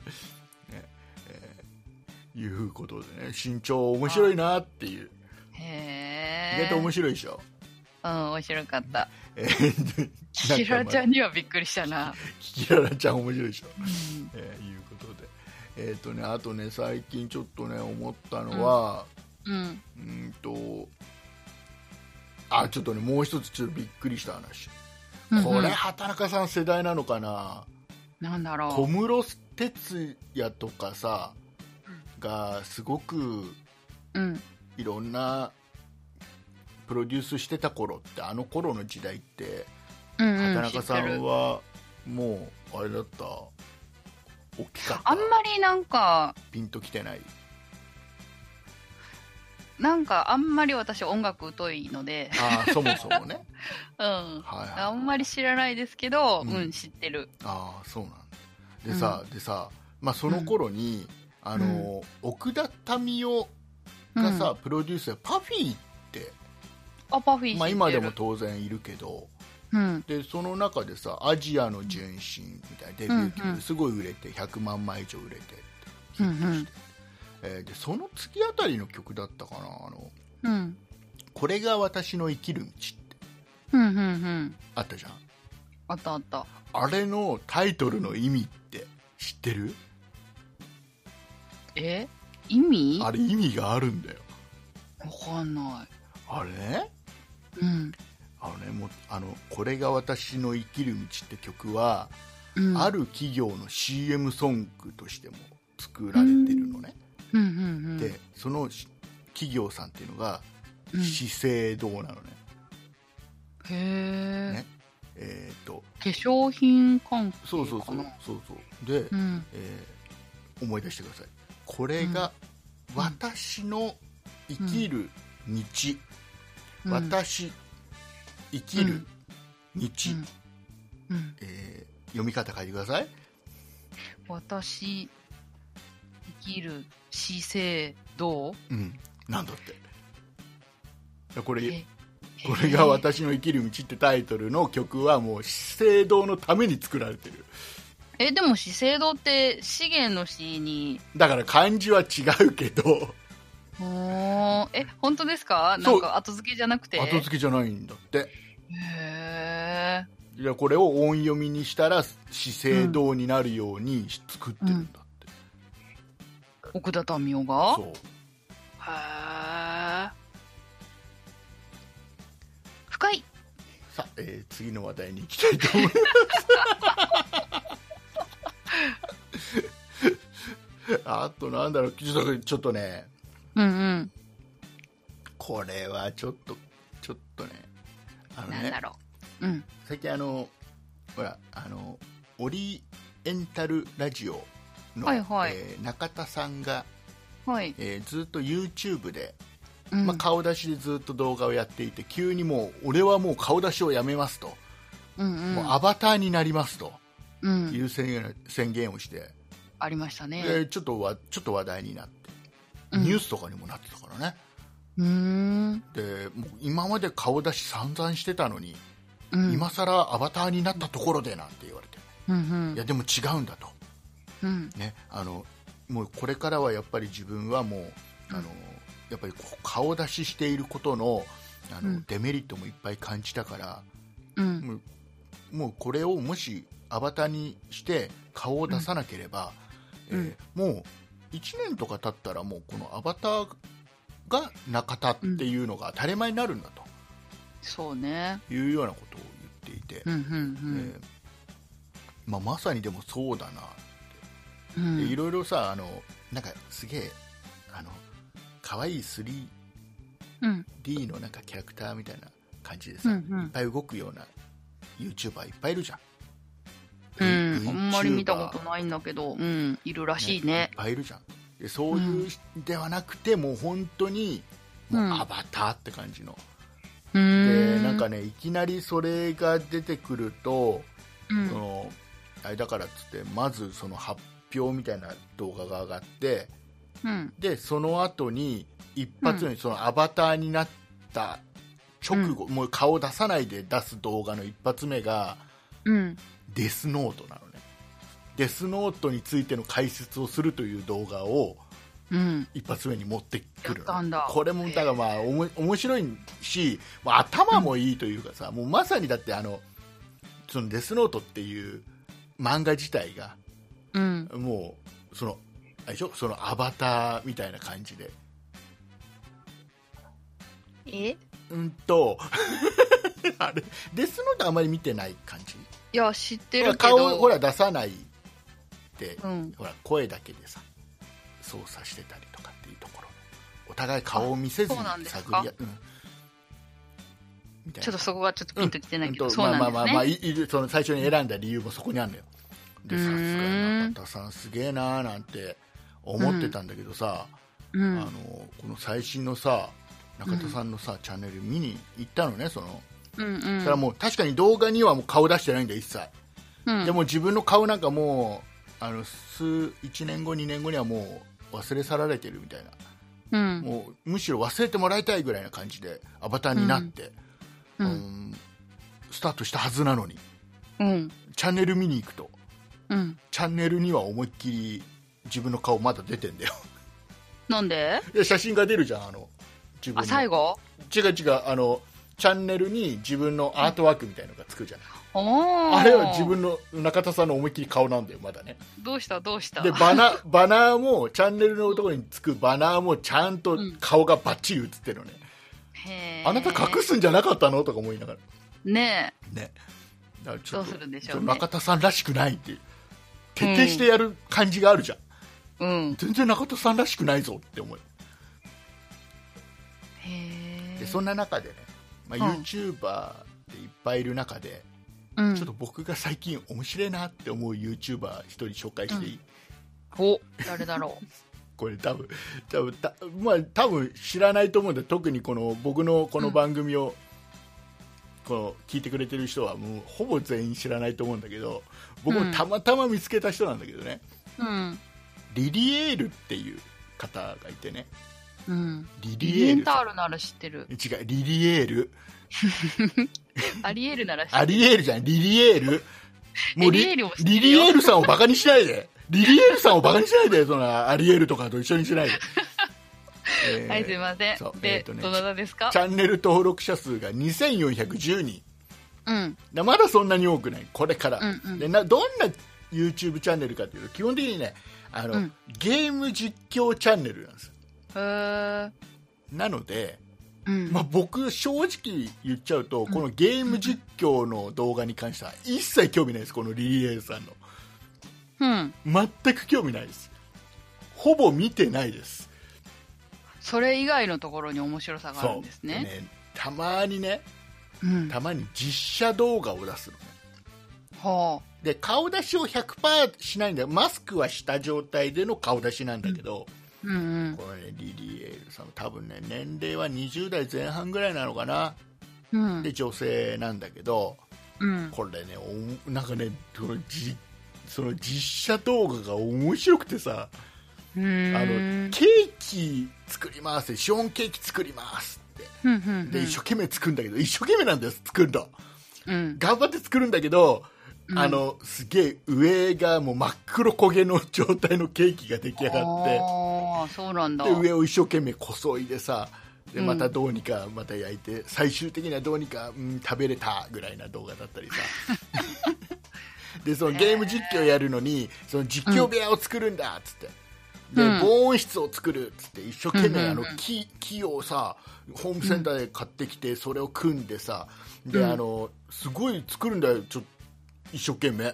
いうことでね身長面白いなっていう意へえ外と面白いでしょ、うん面白かったえーキキラちゃんにはびっくりしたなキキララちゃん面白いでしょ、うんえーいうことでえっ、とねあとね最近ちょっとね思ったのはうんうーんとあちょっとねもう一つちょっとびっくりした話、うんこれ畑中さん世代なのかななんだ小ろ室哲哉とかさうんがすごくううんいろんなプロデュースしてた頃ってあの頃の時代ってうんうん畑中さ知ってんるはもうあれだった大きかったあんまりなんかピンときてないなんかあんまり私音楽疎いのであーそもそ もねうんはい、はい、あんまり知らないですけど、うんうん、知ってる。あーそうなんだでさ、でさ、まあ、その頃に、あの奥田民生がさ、プロデュースやパフィーって、うん、あ、パフィー知ってる。まあ、今でも当然いるけど、うん、でその中でさ「アジアの純真」みたいなデビュー曲、うんうんすごい売れて100万枚以上売れて、うん、うん、えーでその月あたりの曲だったかなあのうん、 「これが私の生きる道」ってうん、うん、うん。あったじゃんあったあった。あれのタイトルの意味って知ってるえ意味あれ意味があるんだよわかんなあれねい。うん。あのねもうあの「これが私の生きる道」って曲は、うん、ある企業の CM ソングとしても作られてるのね、うんうんうん。でそのし企業さんっていうのがうん、資生堂なのね、へえ、ねえーっと化粧品関係かな。そうそうそうそうそうで、うん。えー思い出してくださいこれがうん私の生きる道、うん、私生きる道、うんうん、えー読み方書いてください私、生きる資生堂。うんなんだってこれえこれが。私の生きる道ってタイトルの曲はもう資生堂のために作られてるえ、でも資生堂って資源の資に、だから漢字は違うけどおーえ、本当ですかなそうんか後付けじゃなくて。後付けじゃないんだってへえ。いやこれを音読みにしたら資生堂になるように作ってるんだって、奥田民生がそうへえ。深い。さあ、えー次の話題に行きたいと思 いますあとなんだろうちょっとちょっとねうんうん。これはちょっとちょっとねあのなんねだろう。うん。最近あのほらあのオリエンタルラジオの、はいはいえー中田さんが、はい。えーずっと YouTube で、うんまあ、顔出しでずっと動画をやっていて急にもう俺はもう顔出しをやめますと、うんうんもうアバターになりますと。うんいう宣言宣言をして、ありましたね。でちょっとわちょっと話題になって、うんニュースとかにもなってたからねうーん。でもう今まで顔出し散々してたのに、うん今更アバターになったところでなんて言われて、うんいやでも違うんだと、うんうんね、あのもうこれからはやっぱり自分はもうあの、うんやっぱりこう顔出ししていることのあの、うんデメリットもいっぱい感じたからうんもうもうこれをもしアバターにして顔を出さなければ、うんえーもう1年とか経ったらもうこのアバターが中田っていうのが当たり前になるんだそうね。というようなことを言っていて、うんうんえーまあ、まさにでもそうだなうんうでいん。ろいろさあのなんかすげえあの可愛い 3D うんのなんかキャラクターみたいな感じでさ、うんうんいっぱい動くような YouTuber いっぱいいるじゃん。うん。 VTuber あんまり見たことないんだけど、うん。いるらしいいねっ。ぱいいるじゃんでそういうしではなくて、もう本当にもううんアバターって感じの、うーでん。なんかねいきなりそれが出てくると、うんそのあれだからっつってまずその発表みたいな動画が上がってうん。でその後に一発にそのアバターになった直後、もう顔出さないで出す動画の一発目がうん。デスノートなのねデスノートについての解説をするという動画をうん。一発目に持ってくるやったんだこれもだからまあおも面白いし、まあ、頭もいいというかさ、もうまさにだってあのそのデスノートっていう漫画自体がうん。もうそのあれでしょそのアバターみたいな感じでえいうんと あれデスノートあまり見てない感じや、知ってほらるけ顔ど。ほら出さないって、うん。ほら声だけでさ操作してたりとかっていうところお互い顔を見せずにあそうなん探でりす合かう、うんみたいなちょっとそこがちょっとピンときてないけうど、んとそうなんですね。まあまあまあ、いいその最初に選んだ理由もそこにあるのよでうさすがーん中田さんすげえなーなんて思ってたんだけどさ、うあのん。この最新のさ中田さんのさ、チャンネル見に行ったのねその、うんうん。それはもう確かに動画にはもう顔出してないんだよ一切、うんでも自分の顔なんかもうあの数1年後2年後にはもう忘れ去られてるみたいなうん。もうむしろ忘れてもらいたいぐらいな感じでアバターになって、う。うんんスタートしたはずなのにうん。チャンネル見に行くとうん。チャンネルには思いっきり自分の顔まだ出てんだよ なんでいや写真が出るじゃんあの自分のあ、最後違う違うあのチャンネルに自分のアートワークみたいのがつくじゃない、おーあれは自分の中田さんの思いっきり顔なんだよまだねどうしたどうしたでバナバナーもチャンネルのところにつくバナーもちゃんと顔がバッチリ映ってるのね、へーあなた隠すんじゃなかったのとか思いながらねねだからちょっとどうするんでしょうねちょっと中田さんらしくないっていう徹底してやる感じがあるじゃん、えうん全然中田さんらしくないぞって思うへえでそんな中でね、まあ、はい YouTuber っていっぱいいる中で、うんちょっと僕が最近面白いなって思う YouTuber 一人紹介していい、お誰だろうこれ多分多分た、まあ、多分知らないと思うんで特にこの僕のこの番組を、この聞いてくれてる人はもうほぼ全員知らないと思うんだけど僕うんもたまたま見つけた人なんだけどね、うんリリエールっていう方がいてねうんリリリエリエーンルターさルなら知ってるん違うリリエールアリエルなら知ってあるリエールじゃんリリエールもうリリエールを知ってるリよリエールさんをバカにしないでリリエールさんをバカにしないでそのアリエールとかと一緒に しないで、えーはいすいませんそうで、えーとねどなたですかチャンネル登録者数が2410人うんだまだそんなに多くないこれから、うんうんでなどんな YouTube チャンネルかというと基本的にねあの、うんゲーム実況チャンネルなんですへーなので、うんまあ、僕正直言っちゃうと、このゲーム実況の動画に関しては一切興味ないですこのリリエールさんのうん全く興味ないですほぼ見てないですそれ以外のところに面白さがあるんですでねたまにねうんたまに実写動画を出すのねほで顔出しを100%しないんだよマスクはした状態での顔出しなんだけど、ううんうんこれねリリエールさん多分ね年齢は20代前半ぐらいなのかなうんで女性なんだけどうんこれねおなんかねそのじその実写動画が面白くてさうあんのケーキ作りますでシフォンケーキ作りますってうんうんうんで一生懸命作るんだけど一生懸命なんです作るのうん頑張って作るんだけど、うんあのすげえ上がもう真っ黒焦げの状態のケーキが出来上がってああそうなんだで上を一生懸命こそいでさでうんまたどうにかまた焼いて、最終的にはどうにか、うん、食べれたぐらいな動画だったり さでそのゲーム実況やるのにその実況部屋を作るんだっつって、うんで防音室を作るっつって一生懸うんうん命うんあの木木をさホームセンターで買ってきてそれを組んでさうでんあのすごい作るんだよちょっと一生懸命。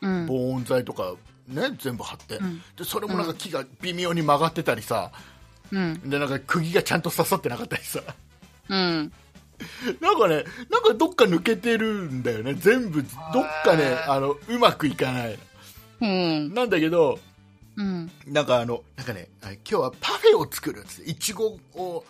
うん防音材とか、ね、全部貼って、んでそれもなんか木が微妙に曲がってたりさうんでなんか釘がちゃんと刺さってなかったりさ うんなんかねなんかどっか抜けてるんだよね全部どっかねあのうまくいかないうんなんだけどうんなんかあのなんかねあ今日はパフェを作るっつっていちごを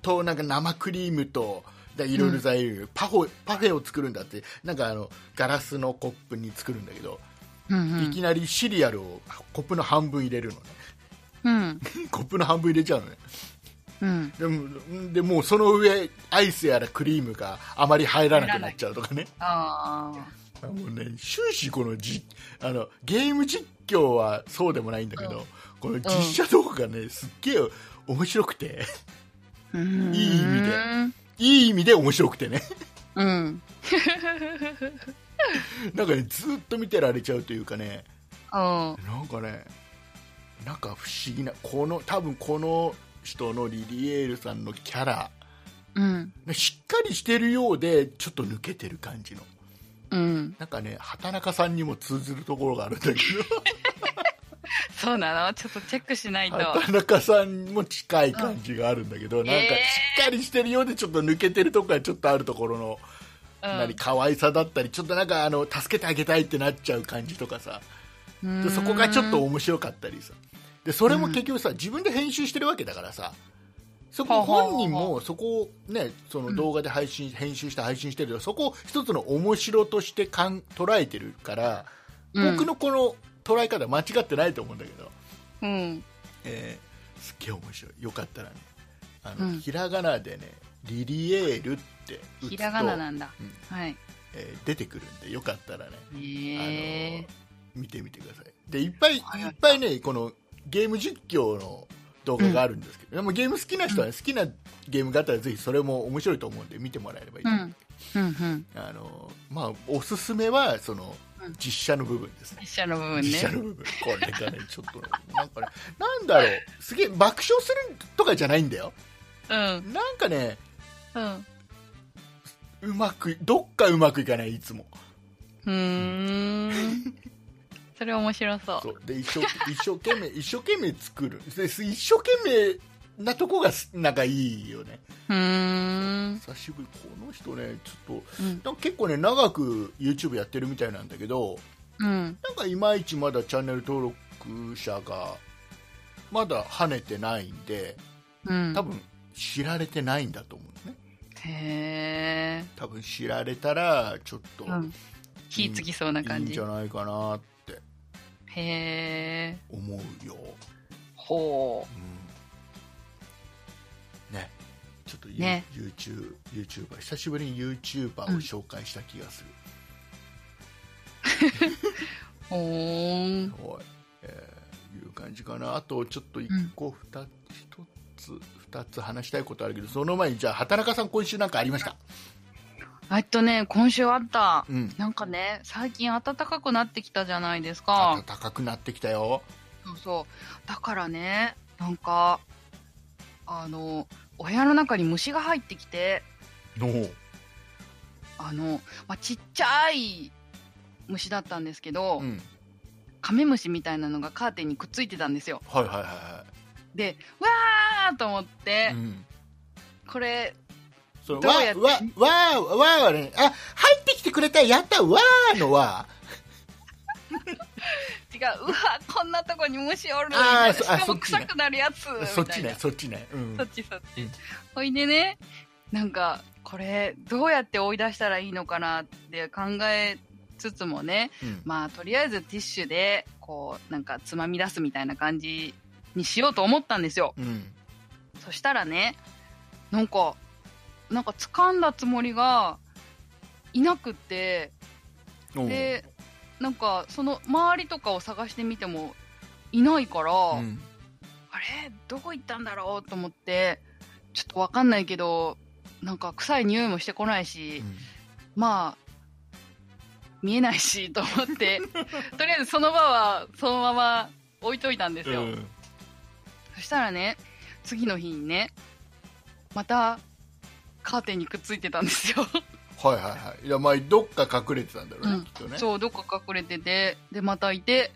となんか生クリームとでいろいろ材料、パフェパフェを作るんだってなんかあのガラスのコップに作るんだけど、うんいきなりシリアルをコップの半分入れるのね うんコップの半分入れちゃうのねうんでもでもうその上アイスやらクリームがあまり入らなくなっちゃうとかねああもうね終始このじあのゲーム実況はそうでもないんだけど、うんこの実写動画がねすっげえ面白くて いいい意味でいい意味で面白くてね うんなんかねずっと見てられちゃうというかねうんなんかねなんか不思議なこの多分この人のリリエールさんのキャラうんしっかりしてるようでちょっと抜けてる感じのうんなんかね畑中さんにも通ずるところがあるんだけどそうなのちょっとチェックしないと畑中さんも近い感じがあるんだけど、なんかしえっかりしてるようでちょっと抜けてるとこがちょっとあるところの、何可愛さだったりちょっとなんかあの助けてあげたいってなっちゃう感じとかさでそこがちょっと面白かったりさでそれも結局さ、自分で編集してるわけだからさそこほうほうほう本人もそこを、ね、その動画で配信、編集して配信してるけどそこを一つの面白としてかん捉えてるから、うん僕のこの捉え方間違ってないと思うんだけど、うんえーすっげえ面白いよかったらねあの、うんひらがなでねリリエールって打つとひらがななんだうんはいえー出てくるんでよかったらねへえあの見てみてくださいでいっぱいいっはいぱいねこのゲーム実況の動画があるんですけど、でもゲーム好きな人は、ね好きなゲームがあったらぜひそれも面白いと思うんで見てもらえればいい、うんうんうん。あのまあ、おすすめはそのうん実写の部分ですね実写の部分ね。実写の部分、これがね、ちょっと、なんかね、なんだろう、すげえ爆笑するとかじゃないんだよ、うんなんかね、うん。うまく、どっかうまくいかない、いつも。うーん。それ面白そう。そうで一生一生懸命一生懸命作るです一生懸命なとこがすなんかいいよねうーん。久しぶりこの人ねちょっうんとなんか結構ね長く YouTube やってるみたいなんだけどうん。なんかいまいちまだチャンネル登録者がまだ跳ねてないんでうん。多分知られてないんだと思うねへ多分知られたらちょっとー。うん。火つきそうないい感んじ。じゃないかなってへー。思うよ、ほうんねちょっとユ、ね YouTube YouTuber 久しぶりに YouTuber を紹介した気がする、う。ほーん。はいえーいう感じかなあとちょっと1個2つ、2つ話したいことあるけどその前にじゃあ畑中さん今週なんかありましたえっとね、今週あった。うんなんかね、最近暖かくなってきたじゃないです暖か。かくなってきたよそうそう。だからね、なんか、あの、お部屋の中に虫が入ってきて、のうあの、まあ、ちっちゃい虫だったんですけど、うんカメムシみたいなのがカーテンにくっついてたんですよ。はいはいはで、うわーと思っいはてい、、うん、これ、そのどわうやってわわわはねあ入ってきてくれたやったわーのわ違う、うわーこんなとこに虫おるみあたいな。ーそしあかそもっちね臭くなるやつみたいな。そっちねそっちねうんそっちそっうんち。ほいでね、なんか、これ、どうやって追い出したらいいのかなって考えつつもね、うんまあ、とりあえずティッシュで、こう、なんか、つまみ出すみたいな感じにしようと思ったんですよ。うんそしたらね、なんか、なんか、掴んだつもりが、いなくって、うんで、なんか、その、周りとかを探してみても、いないから、うんあれどこ行ったんだろうと思ってちょっとわかんないけどなんか臭い匂いもしてこないし、まあ見えないしと思って とりあえずその場はそのまま置いといたんですよ、うんそしたらね次の日にねまたカーテンにくっついてたんですよ、はいはいはいいやまあどっか隠れてたんだろうね、うんきっとねそうどっか隠れててでまたいて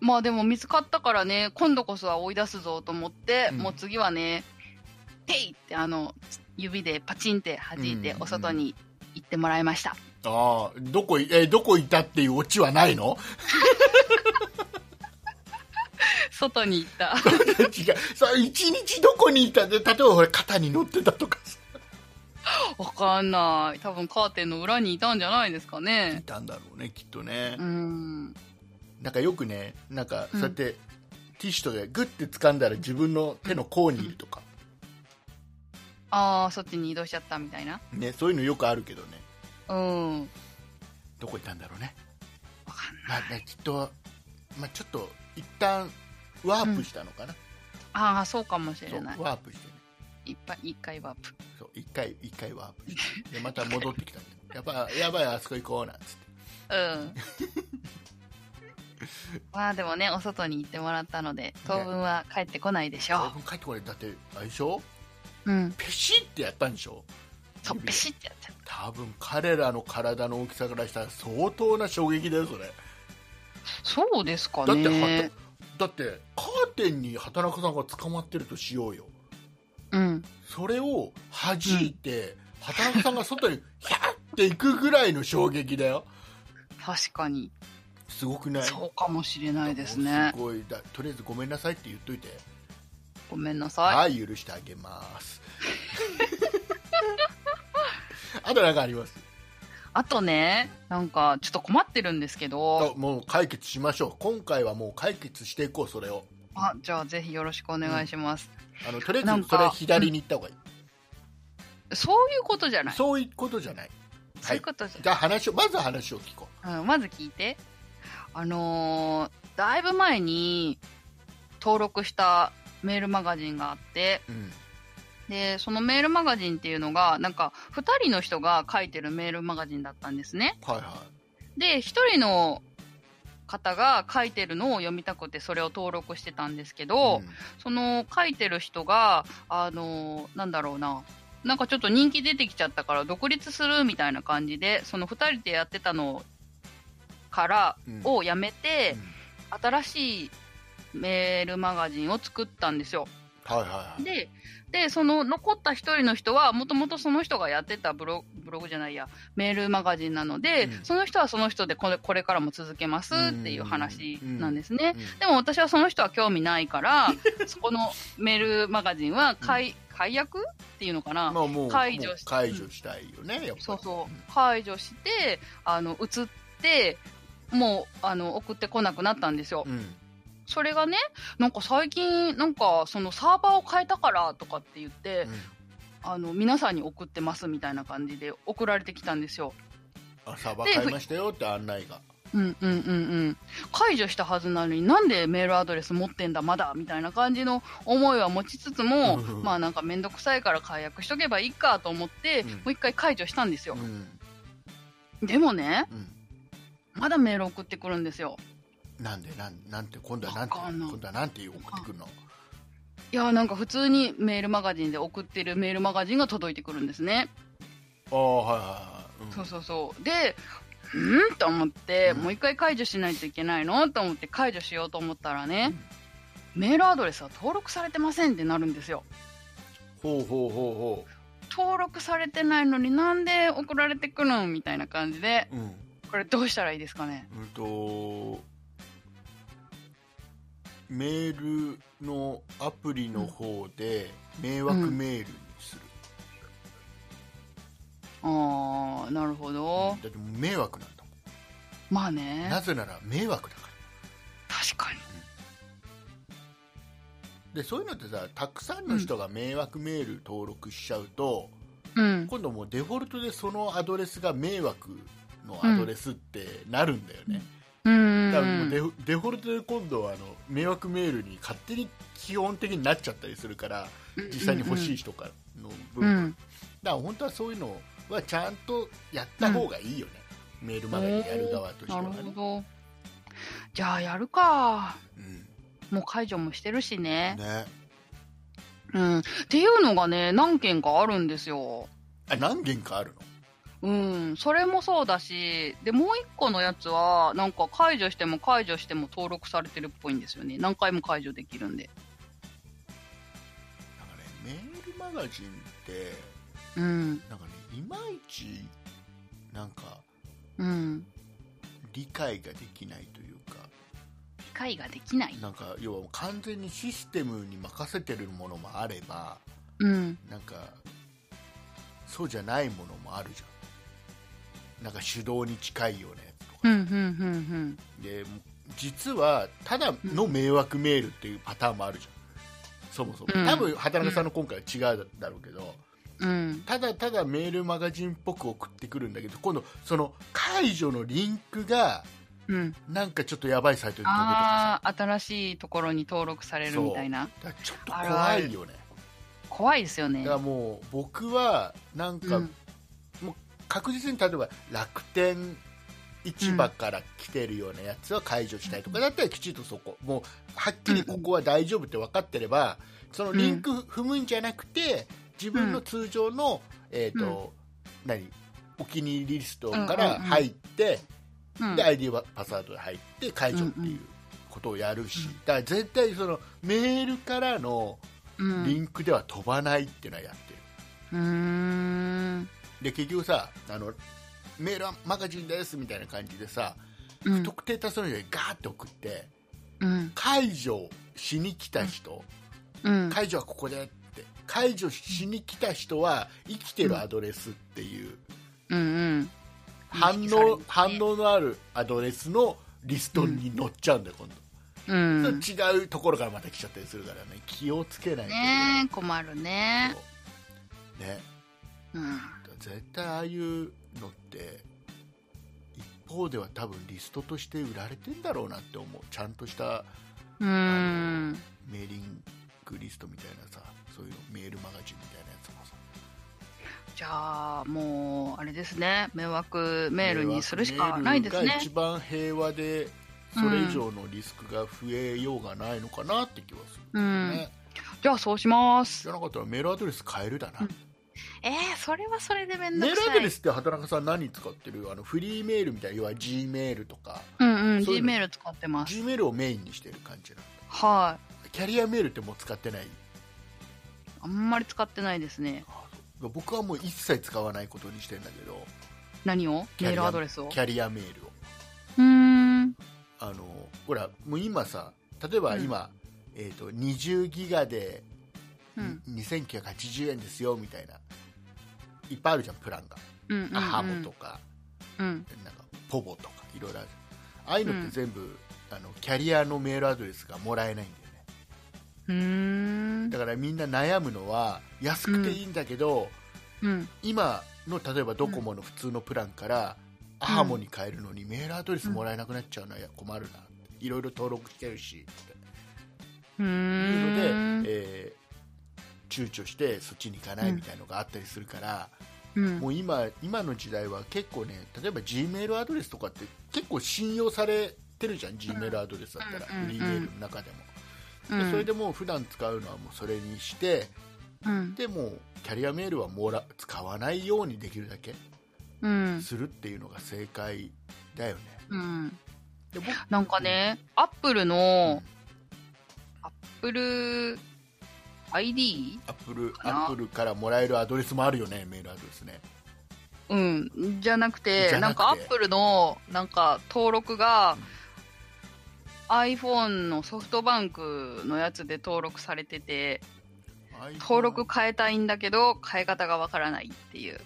まあでも見つかったからね今度こそは追い出すぞと思って、うんもう次はね「ペイ!」ってあの指でパチンって弾いうんてうんお外に行ってもらいま した、ああどこいえどこいたっていうオチはないの 外に行った違うそう一日どこにいたで例えばほら肩に乗ってたとかさ わかんない多分カーテンの裏にいたんじゃないですかいねたんだろうねきっとね、うんなんかよくねなんかうそんうやって、ティッシュとかでグッて掴んだら自分の手の甲にいるとか、ああそっちに移動しちゃったみたいなね、そういうのよくあるけどねうんわどこいたんだろうね、かんないまあ、ねきっと、まあ、ちょっと一旦ワープしたのかな、ああそうかもしそれうないワープしてねいっぱい一回ワープそう一回一回ワープしてでまた戻ってきたんだよ やばいやばいあそこ行こうなんつってうん。 まあでもね、お外に行ってもらったので、当分は帰ってこないでしょあ帰ってこれだってあれでしょう。うん。ペシってやったんでしょそっ指でぺしってやっちゃっ多分彼らの体の大きさからしたら相当な衝撃だよそれた。そうですかだっね。てはただってカーテンに畑中さんが捕まってるとしようようん。それを弾いて、畑中さんが外にヒャッっていくぐらいの衝撃だよ確かに。すごくないそうかもしれないですねす。ごいだとりあえずごめんなさいって言っといてごめんなさい。はい、許してあげます。 あとなんかあります。あとね、なんか、ちょっと困ってるんですけあど、もう解決しましょう。今回はもう解決していこう、それを。あ、じゃあぜひよろしくお願いします。あのとりあなえんずそれかは左に行った方がいい。そういうことじゃない。そそういうことじゃない。ういうことじゃじゃあ話をまずは話を聞こうん、まず聞いて。あのーだいぶ前に登録したメールマガジンがあってうんでそのメールマガジンっていうのがなんか2人の人が書いてるメールマガジンだったんですねはいはいで1人の方が書いてるのを読みたくてそれを登録してたんですけど、うんその書いてる人があのなんだろうななんかちょっと人気出てきちゃったから独立するみたいな感じでその2人でやってたのからうんをやめて、うん新しいメールマガジンを作ったんですよ。はいはいはいで、で、その残った一人の人は、もともとその人がやってたブロブログじゃないや、メールマガジンなので、うんその人はその人でこれこれからも続けますっていう話なんですね。うんでも私はその人は興味ないから、そこのメールマガジンは解解約っていうのかな、まあもう解除しもう解除したいよね、やっぱりそうそう、解除して、あの、移って、もう、あの、送ってこなくなったんですよ。うん、うんそれがね、なんか最近、なんかそのサーバーを変えたからとかって言って、うんあの、皆さんに送ってますみたいな感じで送られてきたんですよ。あサーバー変えましたよって案内がうんうんうんうん。解除したはずなのになんでメールアドレス持ってんだまだみたいな感じの思いは持ちつつも、うんまあなんかめんどくさいから解約しとけばいいかと思って、うんもう一回解除したんですようん。でもね、うんまだメール送ってくるんですよ。なんでなんなんて今度はなんてわかんない今度はなんて送ってくるのいやーなんか普通にメールマガジンで送ってるメールマガジンが届いてくるんですね。ああはいはいはい、んそうそうそう。で、うんと思って、うんもう一回解除しないといけないのと思って解除しようと思ったらね、うんメールアドレスは登録されてませんってなるんですよ。ほうほうほ登録されてないのになんで送られてくるんみたいな感じで、うほううんこれどうしたらいいですかねうんとメールのアプリの方で迷惑メールにする、あー、なるほど。だってもう迷惑なんだもまあんねな、ぜなら迷惑だから確かに。でそういうのってさたくさんの人が迷惑メール登録しちゃうと、うん。今度もうデフォルトでそのアドレスが迷惑のアドレスってなるんだよね、うだからもうデん。フデフォルトで今度はあの迷惑メールに勝手に基本的になっちゃったりするから実際に欲しいい。人からのう分は、ん。うだんから本当はそういうのはちゃんとやった方がいいよね、メールまでやる側としてなはるね、ほど。じゃあやるか。うん、もう解除もしてるしね。ねうん、っていうのがね何件かあるんですよ。あ何件かあるのうん、それもそうだしでもう一個のやつはなんか解除しても解除しても登録されてるっぽいんですよね何回も解除できるんで。なんかねメールマガジンってうんなんかねいまいちなんかうん、理解ができないというか理解ができない。なんか要は完全にシステムに任せてるものもあればうん、なんかそうじゃないものもあるじゃんなんか手動に近いよねとうか、ん、うん、うん、で実はただの迷惑メールっていうパターンもあるじゃんそもそもうん多分畑中さんの今回は違うだろうけどうん、うん。ただただメールマガジンっぽく送ってくるんだけど今度その解除のリンクがうん、なんかちょっとやばいサイトに飛ぶとかああ新しいところに登録されるみたいなさだからちょっと怖いよね怖いですよだねか。らもう僕はなんかうん確実に例えば楽天市場から来てるようなやつは解除したいとかだったらきちんとそこもうはっきりここは大丈夫って分かってればそのリンク踏むんじゃなくて自分の通常の、えーと何お気に入りリストから入って、うんで ID はパスワードで入って解除っていうことをやるし、だから絶対そのメールからのうんリンクでは飛ばないっていうのはやってる。うーんで結局さあのメールはマガジンですみたいな感じでさ、うん特定多数の人にガーッて送ってうん解除しに来た人、うん解除はここでって解除しに来た人は生きてるアドレスっていううんうん反認識される応,、ね反応のあるアドレスのリストに載っちゃうんだよ、うん 今度、違うところからまた来ちゃったりするからね気をつけないといねえ困るねけないねうん絶対ああいうのって一方では多分リストとして売られてんだろうなって思うちゃんとしたうーんメーリングックリストみたいなさそういうのメールマガジンみたいなやつもさじゃあもうあれですね迷惑メールにするしかないですメールねが一番平和でそれ以上のリスクが増えようがないのかなって気はすうる、んねじゃあそうしますじゃなかったらメールアドレス変えるだな、うんえー、それはそれでめんどメーくルさいアドレスって畑中さん何使ってるあのフリーメールみたいないわゆる G メールとかうんうんそうい G うのメール使ってます G メールをメインにしてる感じなのはキャリアメールってもう使ってないいあんまり使ってないですね僕はもう一切使わないことにしてんだけど何をキャメリアールアドレスをキャリアメールをうーんあのほらもう今さ例えば今、えー、と20ギガでうん2980円ですよみたいないっぱいあるじゃんプランが、うんうんアハモとかうんなんかポボとかいろいろあるああいうのって全部、あのキャリアのメールアドレスがもらえないんだよねうーんだからみんな悩むのは安くていいんだけど、うん今の例えばドコモの普通のプランから、アハモに変えるのにメールアドレスもらえなくなっちゃうのは困るなっていろいろ登録してるしっうーていうのんで、えー躊躇してそっちに行かないみたいのがあったりするから、うんもう今今の時代は結構ね例えば G メールアドレスとかって結構信用されてるじゃん G メールアドレスだったら、うんフリーメールの中でも、うでんそれでもう普段使うのはもうそれにしてうんでもうキャリアメールはもら使わないようにできるだけうんするっていうのが正解だよねうんで僕なんかねアップルのアップル ID? アップルかアなップルからもらえるアドレスもあるよねメールアドレスねうん、じゃなくてじゃななくてんかアップルのなんか登録が、iPhone のソフトバンクのやつで登録されてて登録 iPhone 変えたいんだけど変え方がわからないっていう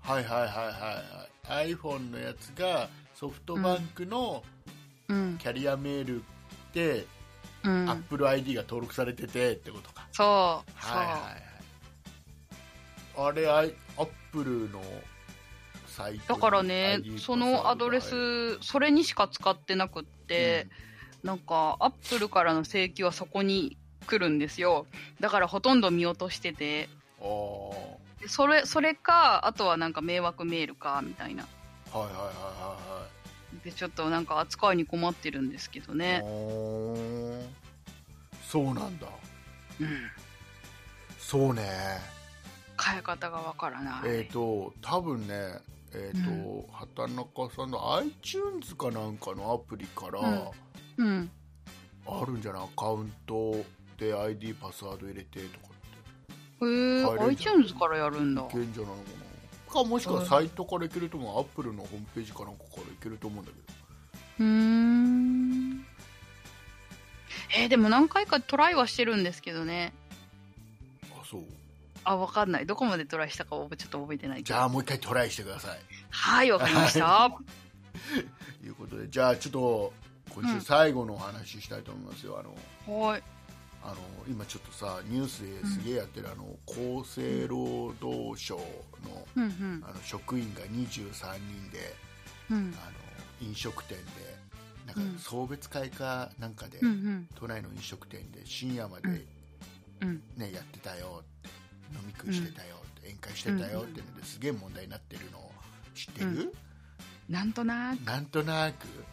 はいはいはいはいはい iPhone のやつがソフトバンクのうん、キャリアメールで、うアッん、プル ID が登録されててってことか、そうそう、はいはいはいあれあいアップルのサイトだにからね ID そのアドレうんスそれにしか使ってなくって、なんかアップルからの請求はそこに来るんですよだからほとんど見落としててあーでそれそれかあとはなんか迷惑メールかみたいなはいはいはいはいはいでちょっとなんか扱いに困ってるんですけどね、おーそうなんだうん、そうね変え方がわからない、えっ、と多分ねえっ、と、畑中さんの iTunes かなんかのアプリから、うんうんあるんじゃないアカウントで ID パスワード入れてとかへえ変えれんじゃん iTunes からやるんだっていけんじゃないのかなかもしくはサイトからいけると思う、アップルのホームページかなんかからいけると思うんだけどうーんえーでも何回かトライはしてるんですけどねあそうあわかんないどこまでトライしたかはちょっと覚えてないけじどゃあもう一回トライしてくださいはいわかりま したということでじゃあちょっと今週最後のお話ししたいと思いますよ、あのはいあの今ちょっとさニュースですげえやってる、あの厚生労働省のうんうんあの職員が23人でうんあの飲食店でなんかうん送別会かなんかで、うんうん都内の飲食店で深夜まで、うねんうんやってたよって飲み食いしてたよって、宴会してたよってのですげえ問題になってるのを知ってる、なんとななんとなくく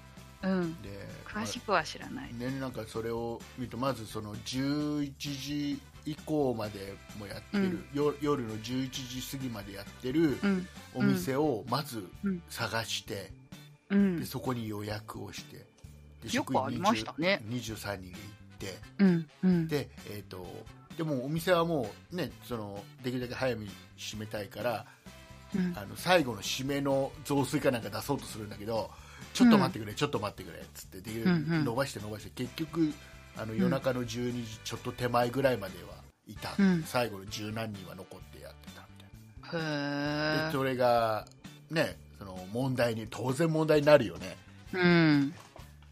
うんで詳しくは知らないね、なんかそれを見るとまずその11時以降までもやってる、うんよ夜の11時過ぎまでやってるうんお店をまずうん探して、うでんそこに予約をしてでよくありましたね職員20 23人で行ってうんうんで,、えー、とでもお店はもう、ね、そのできるだけ早めに閉めたいからうんあの最後の締めの雑炊かなんか出そうとするんだけどちょっと待ってくれ、ちょっと待ってくれっつってできるうんうん伸ばして伸ばして結局あの夜中の12時ちょっと手前ぐらいまではいた、うん最後の十何人は残ってやってたみたいへな、えでそれがねその問題に当然問題になるよねうん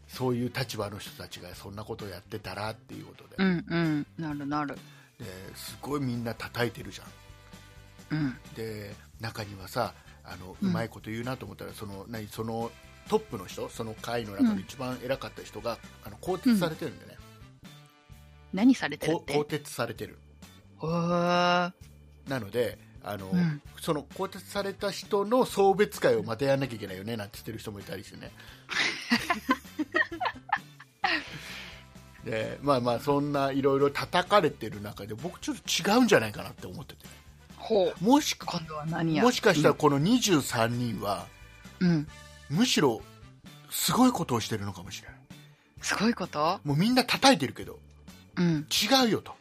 そういう立場の人たちがそんなことやってたらっていうことで,、うんうんなるなるですごいみんな叩いてるじゃんうんで中にはさあのううんまいこと言うなと思ったら、その何そのトップの人その会の中の一番偉かった人が、あの更迭されてるんだよね、何されてるっこてう更迭されてるへーなのであの、うんその更迭された人の送別会をまたやんなきゃいけないよねなんて言ってる人もいたりし てねでまあまあそんないろいろ叩かれてる中で僕ちょっと違うんじゃないかなって思っててほうもしか今度は何やもしかしたらこの23人は、うん、うんむしろすごいことをしてるのかもしれないすごいこともうみんな叩いてるけどうん違うよと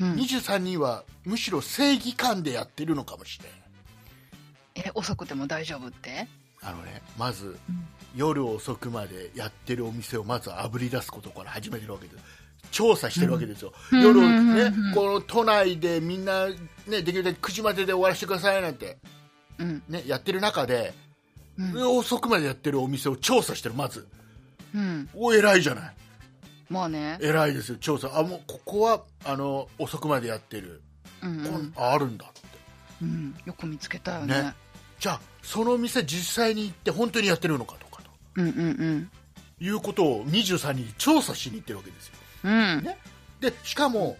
うん23人はむしろ正義感でやってるのかもしれないえ遅くても大丈夫ってあのねまず、ん夜遅くまでやってるお店をまずあぶり出すことから始めてるわけです調査してるわけですよ、うん夜、うんねうんこの都内でみんな、ね、できるだけ9時までで終わらせてくださいなんて、うんね、やってる中で、うん、遅くまでやってるお店を調査してるまずうん、お偉いじゃないまあね偉いですよ調査あもうここはあの遅くまでやってる、うん、うこんんああるんだってうん、よく見つけたよねねじゃあその店実際に行って本当にやってるのかとかとうんうんいうことを23人調査しに行ってるわけですようんうんでしかも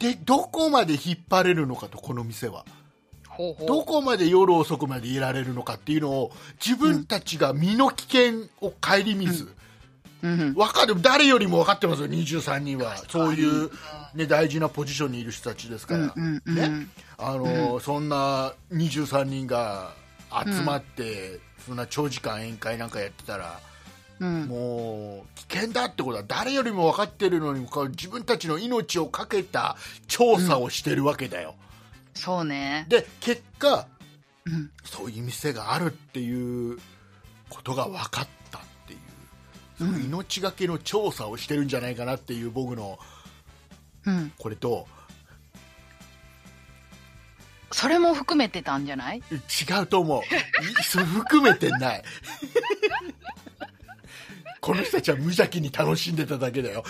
でどこまで引っ張れるのかとこの店はほうほうどこまで夜遅くまでいられるのかっていうのを自分たちが身の危険を顧みず、うんわかる誰よりも分かってますよ23人はそういう、ね、大事なポジションにいる人たちですうから、んうんうんねあのそんな23人が集まって、そんな長時間宴会なんかやってたら、うんもう危険だってことは誰よりも分かってるのにもかかわらず自分たちの命をかけた調査をしてるわけだよ、そうねで結果うんそういう店があるっていうことが分かったっていうその命がけの調査をしてるんじゃないかなっていう僕のうんこれとそれも含めてたんじゃない違うと思ういそれ含めてないこの人たちは無邪気に楽しんでただけだよ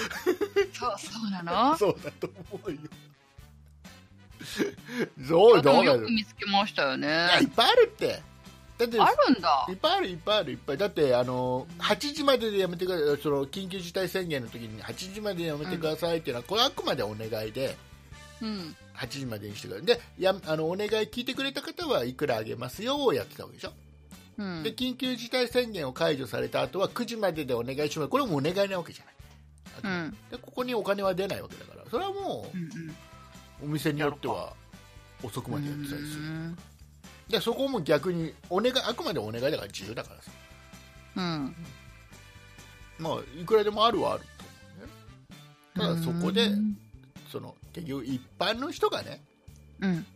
そうそうなのそうだと思うよそうでどもうだよろうく見つけましたよねいやいっぱいあるってだってあるんだいっぱいあるいっぱいあるいっぱいだってあの8時まででやめてくださいその緊急事態宣言の時に8時までやめてくださいっていうのは、これあくまでお願いでうん8時までにしてくださいでやあのお願い聞いてくれた方はいくらあげますよをやってたわけでしょ、うんで緊急事態宣言を解除された後は9時まででお願いしますこれもお願いなわけじゃないあくまうんででここにお金は出ないわけだからそれはもうんうんうお店によっては遅くまでやってたりするうんでそこも逆にお願いあくまでお願いだから自由だからさうんまあ、いくらでもあるはあると思うね。ただそこで、その結局一般の人がねうん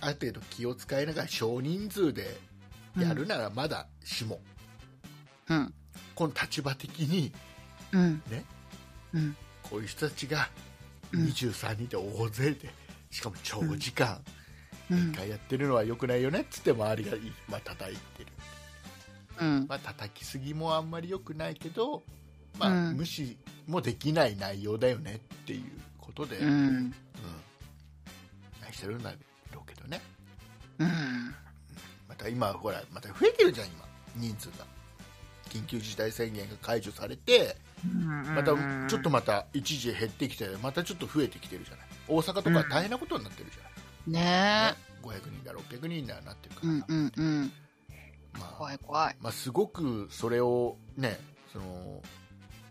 ある程度気を使いながら少人数でやるならまだしも、うんこの立場的にうんねうんこういう人たちがうん23人で大勢でしかも長時間うん一回やってるのは良くないよねっつって周りが、まあ、叩いてる、うんまあ叩きすぎもあんまり良くないけど、まあうん無視もできない内容だよねっていうことで。うんうん、してるんだろうけどねうんまた今ほらまた増えてるじゃん今人数が緊急事態宣言が解除されてまたちょっとまた一時減ってきてまたちょっと増えてきてるじゃない大阪とか大変なことになってるじゃない、ねね500人だ600人だなってるかえうら、んうんうんま怖あい怖いまあ、すごくそれをねその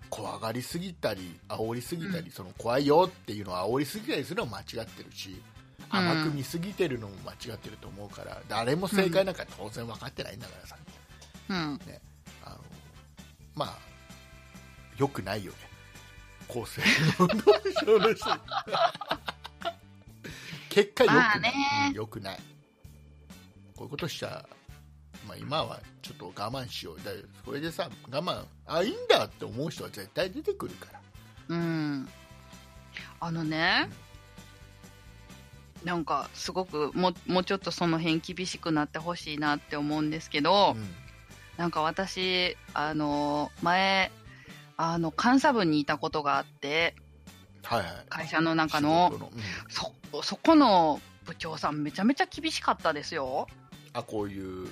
怖がりすぎたり煽りすぎたり、うその怖いよっていうのを煽りすぎたりするのも間違ってるしうん甘く見すぎてるのも間違ってると思うから、誰も正解なんか当然分かってないんだからさ、うんあのまあよくないよね構成のの人 結果よくない、まあねよくないこういうことしちゃ、まあ、今はちょっと我慢しようだそれでさ我慢あいいんだって思う人は絶対出てくるからうんあのねなんかすごくももうちょっとその辺厳しくなってほしいなって思うんですけど、うんなんか私あの前あの監査部にいたことがあってはいはい会社の中仕の事うんそそこの部長さんめちゃめちゃ厳しかったですよあこういう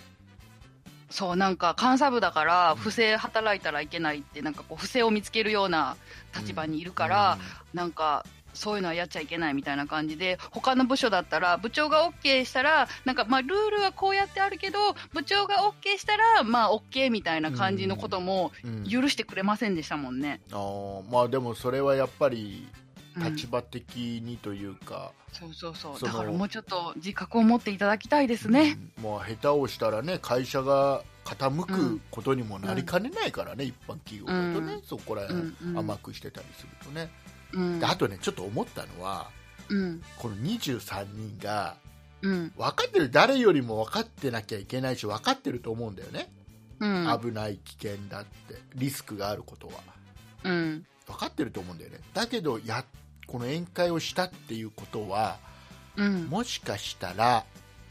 そうなんか監査部だから不正働いたらいけないってなんかこう不正を見つけるような立場にいるから、なんかそういうのはやっちゃいけないみたいな感じで他の部署だったら部長が OK したらなんかまあルールはこうやってあるけど部長が OK したらまあ OK みたいな感じのこともうんうん許してくれませんでしたもんね。あーまあでもそれはやっぱりうん立場的にというか、そうそうそうそのだからもうちょっと自覚を持っていただきたいですね。うんまあ下手をしたらね会社が傾うくんことにもなりかねないからね、一般企業だとね、うんそこらうんうん辺甘くしてたりするとね、うんであとねちょっと思ったのはうんこの23人がうん分かってる誰よりも分かってなきゃいけないし分かってると思うんだよね、うん危ない危険だってリスクがあることはうん分かってると思うんだよねだけどやこの宴会をしたっていうことはうんもしかしたら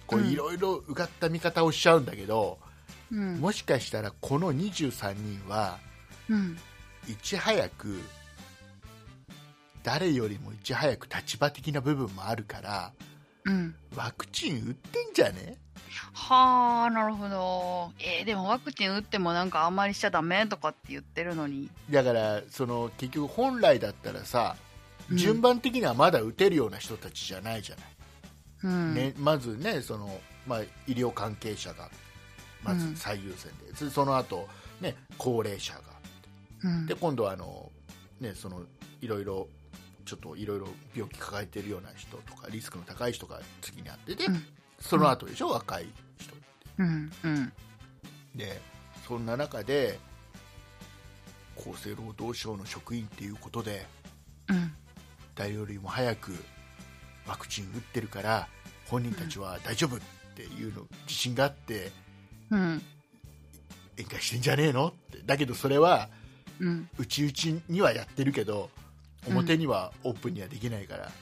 こうれんいろいろうがった見方をしちゃうんだけど、うんもしかしたらこの23人はうんいち早く誰よりもいち早く立場的な部分もあるからうんワクチン打ってんじゃねはあなるほど、えーでもワクチン打ってもなんかあんまりしちゃダメとかって言ってるのに、だからその結局本来だったらさうん順番的にはまだ打てるような人たちじゃないじゃない、うんね、まずねその、まあ、医療関係者がまうずん最優先で、そその後、ね高齢者がうんで今度はあの、ね、そのいろいろちょっといろいろ病気抱えてるような人とかリスクの高い人が次にあってで、うんその後でしょ、若い人うんうんでそんな中で厚生労働省の職員っていうことでうん誰よりも早くワクチン打ってるから本人たちは大丈夫っていうの自信があってうん宴会してんじゃねえのってだけどそれはうんうちうちにはやってるけどうん表にはオープンにはできないから、うん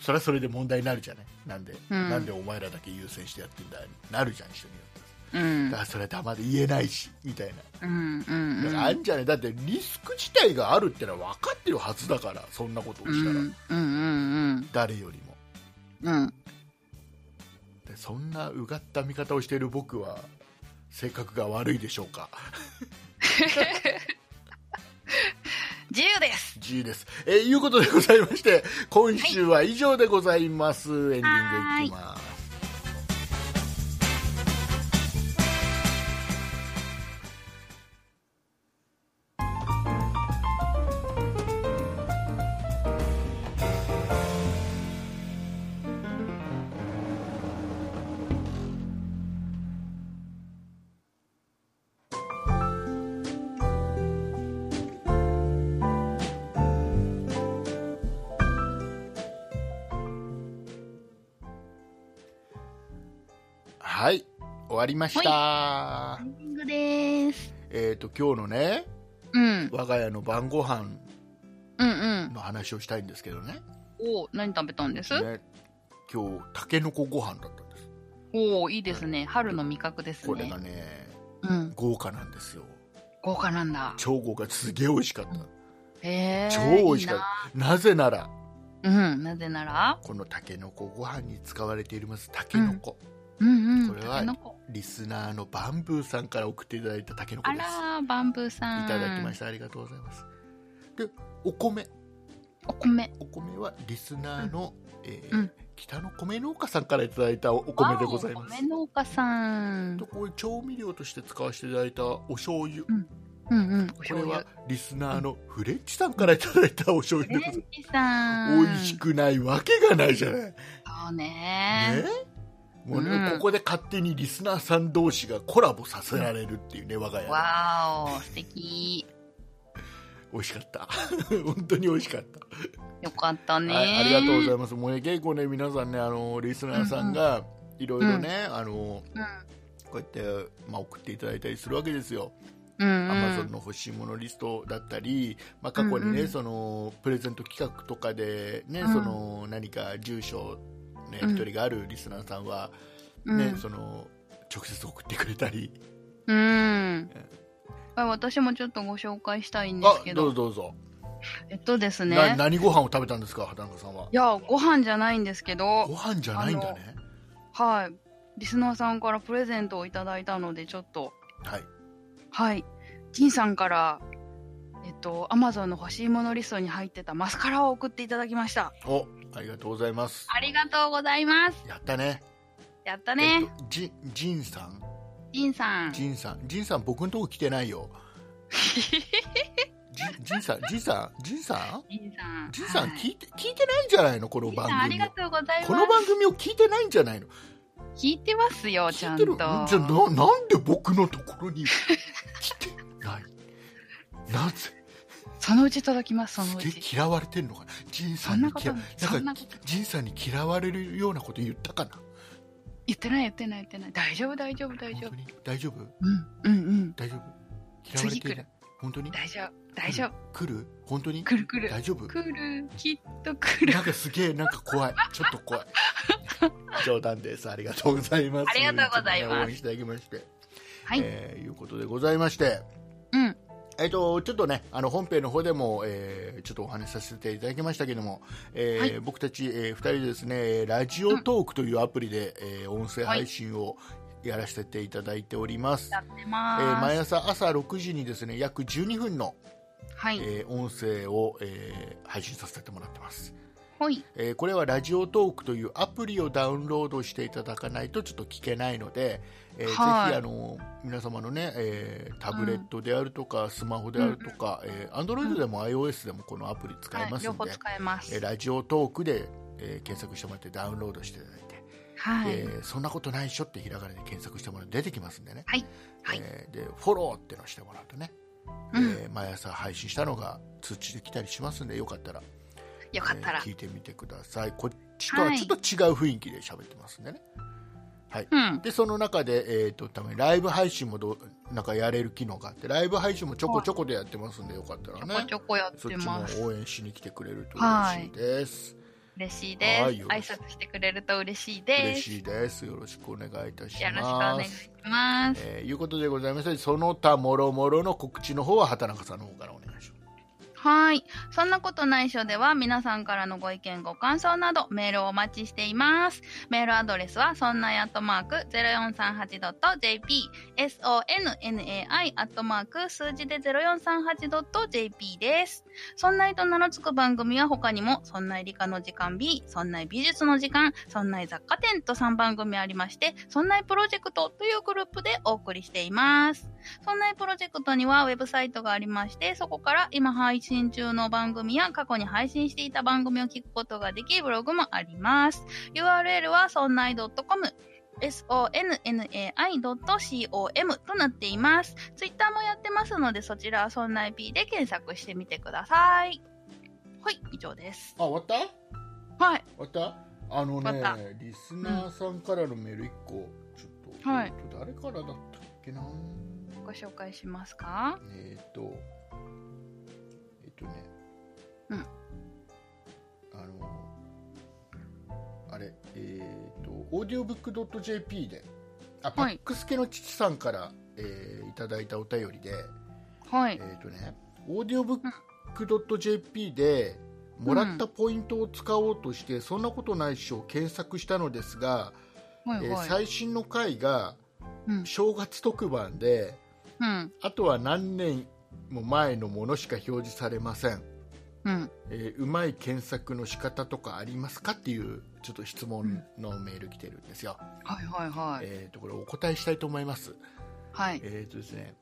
それはそれで問題になるじゃないなんで、うんなんでお前らだけ優先してやってんだなるじゃん人によってうんだからそれは黙って言えないしみたいなうんうだんからあんじゃねだってリスク自体があるってのは分かってるはずだからそんなことをうしたら、んうんうん誰よりもうんでそんなうがった見方をしている僕は性格が悪いでしょうか 自由です。 G ですえーいうことでございまして今週は以上でございます、エンディングいきますはい終わりました、エンディングです。えっ、と今日のねうん我が家の晩ご飯うんうん。の話をしたいんですけどねおー何食べたんです？ね今日たけのこご飯だったんですおおいいですね。春の味覚ですね。これがねうん豪華なんですよ豪華なんだ。超豪華すげえ美味しかった、へえ。超美味しかったなぜならいいな。うんなぜならこのたけのこご飯に使われていますたけのこ、うんうん。これはタケノコリスナーのバンブーさんから送っていただいたたけのこあですらーバンブーさん。。いただきましたたありがとうございますでお米お米。お米はリスナーの、えーうん北の米農家さんからいただいたおお米でございまわすあお米農家さんと。こういう調味料として使わせていただいたお醤油うんうん。おこ醤れは油。リスナーのフレンチさんからいただいたお醤油でござレいンジさますん。美味し。くないわけがないじゃないそうねね。もうね、うんここで勝手にリスナーさん同士がコラボさせられるっていうね我が家はわーお素敵。美味しかった 本当に美味しかったよかったね。はい、ありがとうございいます。もうね、結構ね、皆さんね、あのリスナーさんがいろいろね、あのこます。うやって、まあ、送っていただいたりするわけですよ。うん。う Amazon んうん。の欲しいものリストだったり、まあ、過去うにね、んうんそのプレゼント企画とかでね、うんその何か住所ね、うん一人があるリスナーさんはね、その直接送ってくれたり、うん。あ私もちょっとご紹介したいんですあけどうどぞ、どうぞ。えっとですね、な何ご飯を食べたんですか、畑中さんは。いや、ご飯じゃないんですけごど、飯じゃないんだね。はい、リスナーさんからプレゼントをいただいたので、ちょっと、はいはい。ジンさんから、えっと、アマゾンの欲しいものリストに入ってたマスカラを送っていただきました。おありがとうございますありがとうございます。やったねやったね。えっと、ジジンさんジンさん。ジンさんジンさん僕のとこ来てないよジジンさんジンさんジンさん ジンさん。ジンさんはい聞いて聞いてないんじゃないのこのジン番さん、あり組をがとうございます。この番組を聞いてないんじゃないの聞いてますよ、ちゃ聞いんてと。るじゃあななんで僕のところに来てないなぜそのうち届きます、そのすうげえち。嫌われてんのかなジンさそんんになこ嫌となないんかそんなことジンさんに嫌われるようなこと言ったかな言ってない、言ってない、言ってない。大丈夫、大丈夫、大丈夫本当。に大丈う夫ん、うん、うん。大丈夫嫌われて次来るる本当に大丈夫、大丈夫。来る本当に来る来る。大丈夫来る、きっと来るな。んかすげえなんか怖いちょっと 怖い冗談ですありがとうございますありがとうございますつもね応援していただきましてはいえーいうことでございましてうん。えっと、ちょっとね、あの本編の方でも、えーちょっとお話しさせていただきましたけども、えーはい僕たち、え2人でですね、ラジオトークというアプリで、えー音声配信をやらせていただいております。やってえまーーす。毎朝朝6時にですね、約12分の、はい。えー音声を、えー配信させてもらってます。ほい。えーこれはラジオトークというアプリをダウンロードしていただかないとちょっと聞けないので、えーはいぜひあの皆様のね、えータブレットであるとか、スマホであるとか、えー Android でも iOS でもこのアプリ使はえまい。すの両で、方使えまえーす。ラジオトークで、えー検索してもらってダウンロードしていただいて、はえい。ーそんなことないっしょってひらがなで検索してもらうと出てきますんでね、はい。はい。えーでフォローってのをしてもらうとね、うん。えー毎朝配信したのが通知できたりしますんでよかったらよかったえらー聞。いてみてくださいこっちとははいちょっと違う雰囲気で喋ってますんでね、うん。でその中で、えー、と多分ライブ配信もどうなんかやれる機能があってライブ配信もちょこちょこでやってますんでよかったらちょこねちょこやっそってまちす。も応援しに来てくれると嬉しいです、嬉しいですはい。よろ挨しく拶してくれると嬉しいで嬉す。しいですよろしくお願いいたしよろしくおま願いすします。えーいうことでございましてその他もろもろの告知の方は畑中さんの方からお願いしますはい。そんなことないっしょでは皆さんからのご意見、ご感想などメールをお待ちしています。メールアドレスはそんなやとマーク 0438.jp、sonnai アットマーク数字で 0438.jp です。そんないと名の付く番組は他にも、そんない理科の時間 B、そんない美術の時間、そんない雑貨店と3番組ありまして、そんないプロジェクトというグループでお送りしています。そんなプロジェクトにはウェブサイトがありまして、そこから今配信中の番組や過去に配信していた番組を聞くことができ、ブログもあります。URL はそんない .com。sonnai.com となっています。ツイッターもやってますので、そちらはそんな IP で検索してみてください。はい、以上です。あ終わったはい。またあのね終わっリスナーさんからのメール1個ちょっと、はいえっと誰からだったっけなご紹介しますかえっ、とえっ、とねうんあのあれえっ、とオーディオブックドット JP であパはッいクスケの父さんから、えーいただいたお便りではえっ、い。とねオーディオブックドット JP でもらったポイントを使おうとして、そんなことないっしょ検索したのですが、はい、えーはい。最新の回がうん。正月特番でうん。あとは何年も前のものしか表示されません、うん。えーうまい検索の仕方とかありますかっていうちょっと質問のメール来てるんですよ、はい、はい、はい。えー、とこれお答えしたいと思いますはい。えっ、とですね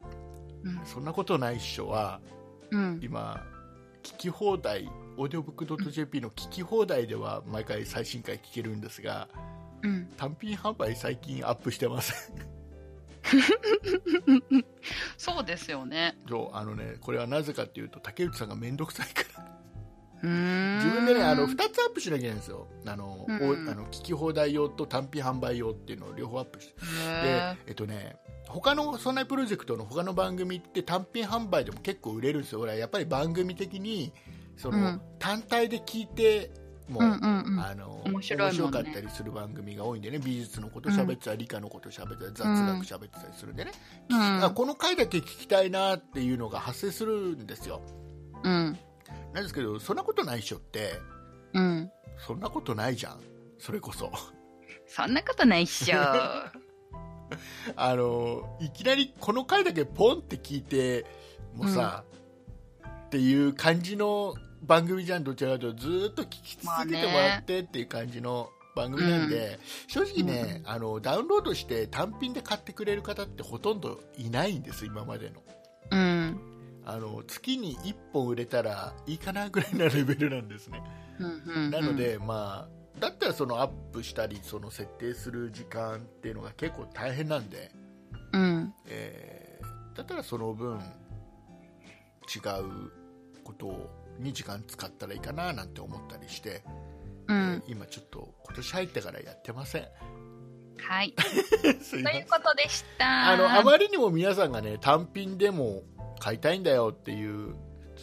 うん。「そんなことないっしょ」はうん。今聞き放題オーディオブックドット JP の聞き放題では毎回最新回聞けるんですがうん。単品販売最近アップしてませんそうですよね。 そうあのねこれはなぜかっていうと竹内さんが面倒くさいからうーん自分でねあの2つアップしなきゃいけないんですよあの、うんおあの聞き放題用と単品販売用っていうのを両方アップしてへでえっとね他の「そんなプロジェクト」の他の番組って単品販売でも結構売れるんですよ俺はやっぱり番組的にその、うん単体で聞いても、ーうんうんうん。あの面白いもんね面白かったりする番組が多いんでね美術のこと喋ってたり、理科のこと喋ってたり雑学喋ってたりするんでね、うん聞きあこの回だけ聞きたいなっていうのが発生するんですようん。なんですけどそんなことないっしょってうん。そんなことないじゃんそれこそ そんなことないっしょ。あのいきなりこの回だけポンって聞いてもさ、っていう感じの番組じゃんどちらかというとずーっと聞き続けてもらってっていう感じの番組なんで、正直ね、あのダウンロードして単品で買ってくれる方ってほとんどいないんです今までのうん。あの月に1本売れたらいいかなぐらいなレベルなんですねうんうんうんなの、で、まあ、だったらそのアップしたりその設定する時間っていうのが結構大変なんで、うん。えーだったらその分違うことに時間使ったらいいかななんて思ったりして、うん。今ちょっと今年入ってからやってま せん はい。すといまいせんうことでした。あのあまりにも皆さんがね単品でも買いたいんだよっていう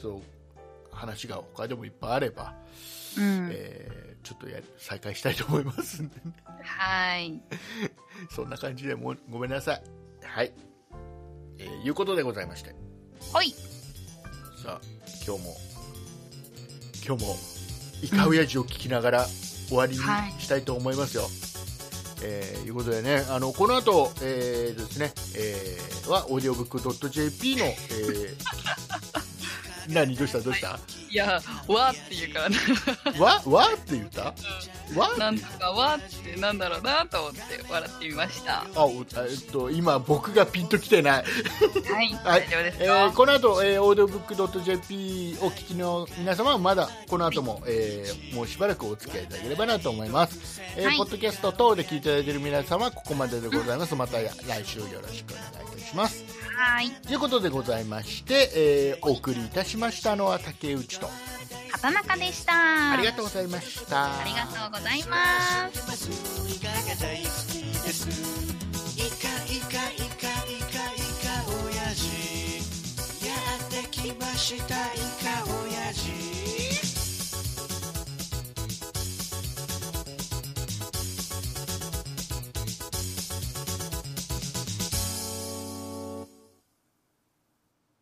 そう話が他でもいっぱいあれば、うん。えーちょっとや再開したいと思いますんでねはい。そんな感じでもうごめんなさい。はい。えーいうことでございまして。ほい。さあ、今日も、今日も、イカウヤジを聞きながら終わりにはいしたいと思いますよ。えーいうことでね、あの、この後、えーですね、えーは、オーディオブックドット JP の、え ー何どうしたどうしたいや、わーって言うからな。わわって言ったわなんとかわーってなんだろうなと思って笑ってみました。はあ、おえっと、今僕がピンときてない。い。はい大丈夫ですえよ。ーこの後、えー、オーディオブックドット JP お聞きの皆様はまだこの後も、えーもうしばらくお付き合いいただければなと思います、えーはいポッドキャスト等で聞いていただいている皆様はここまででございます、またや来週よろしくお願いいたしますはい。ということでございまして、えーお送りいたしましたのは竹内と畑中でした。あありがとうございましたありがとうございます。イカが大好きですイカイカイカイカイカおやじやってきました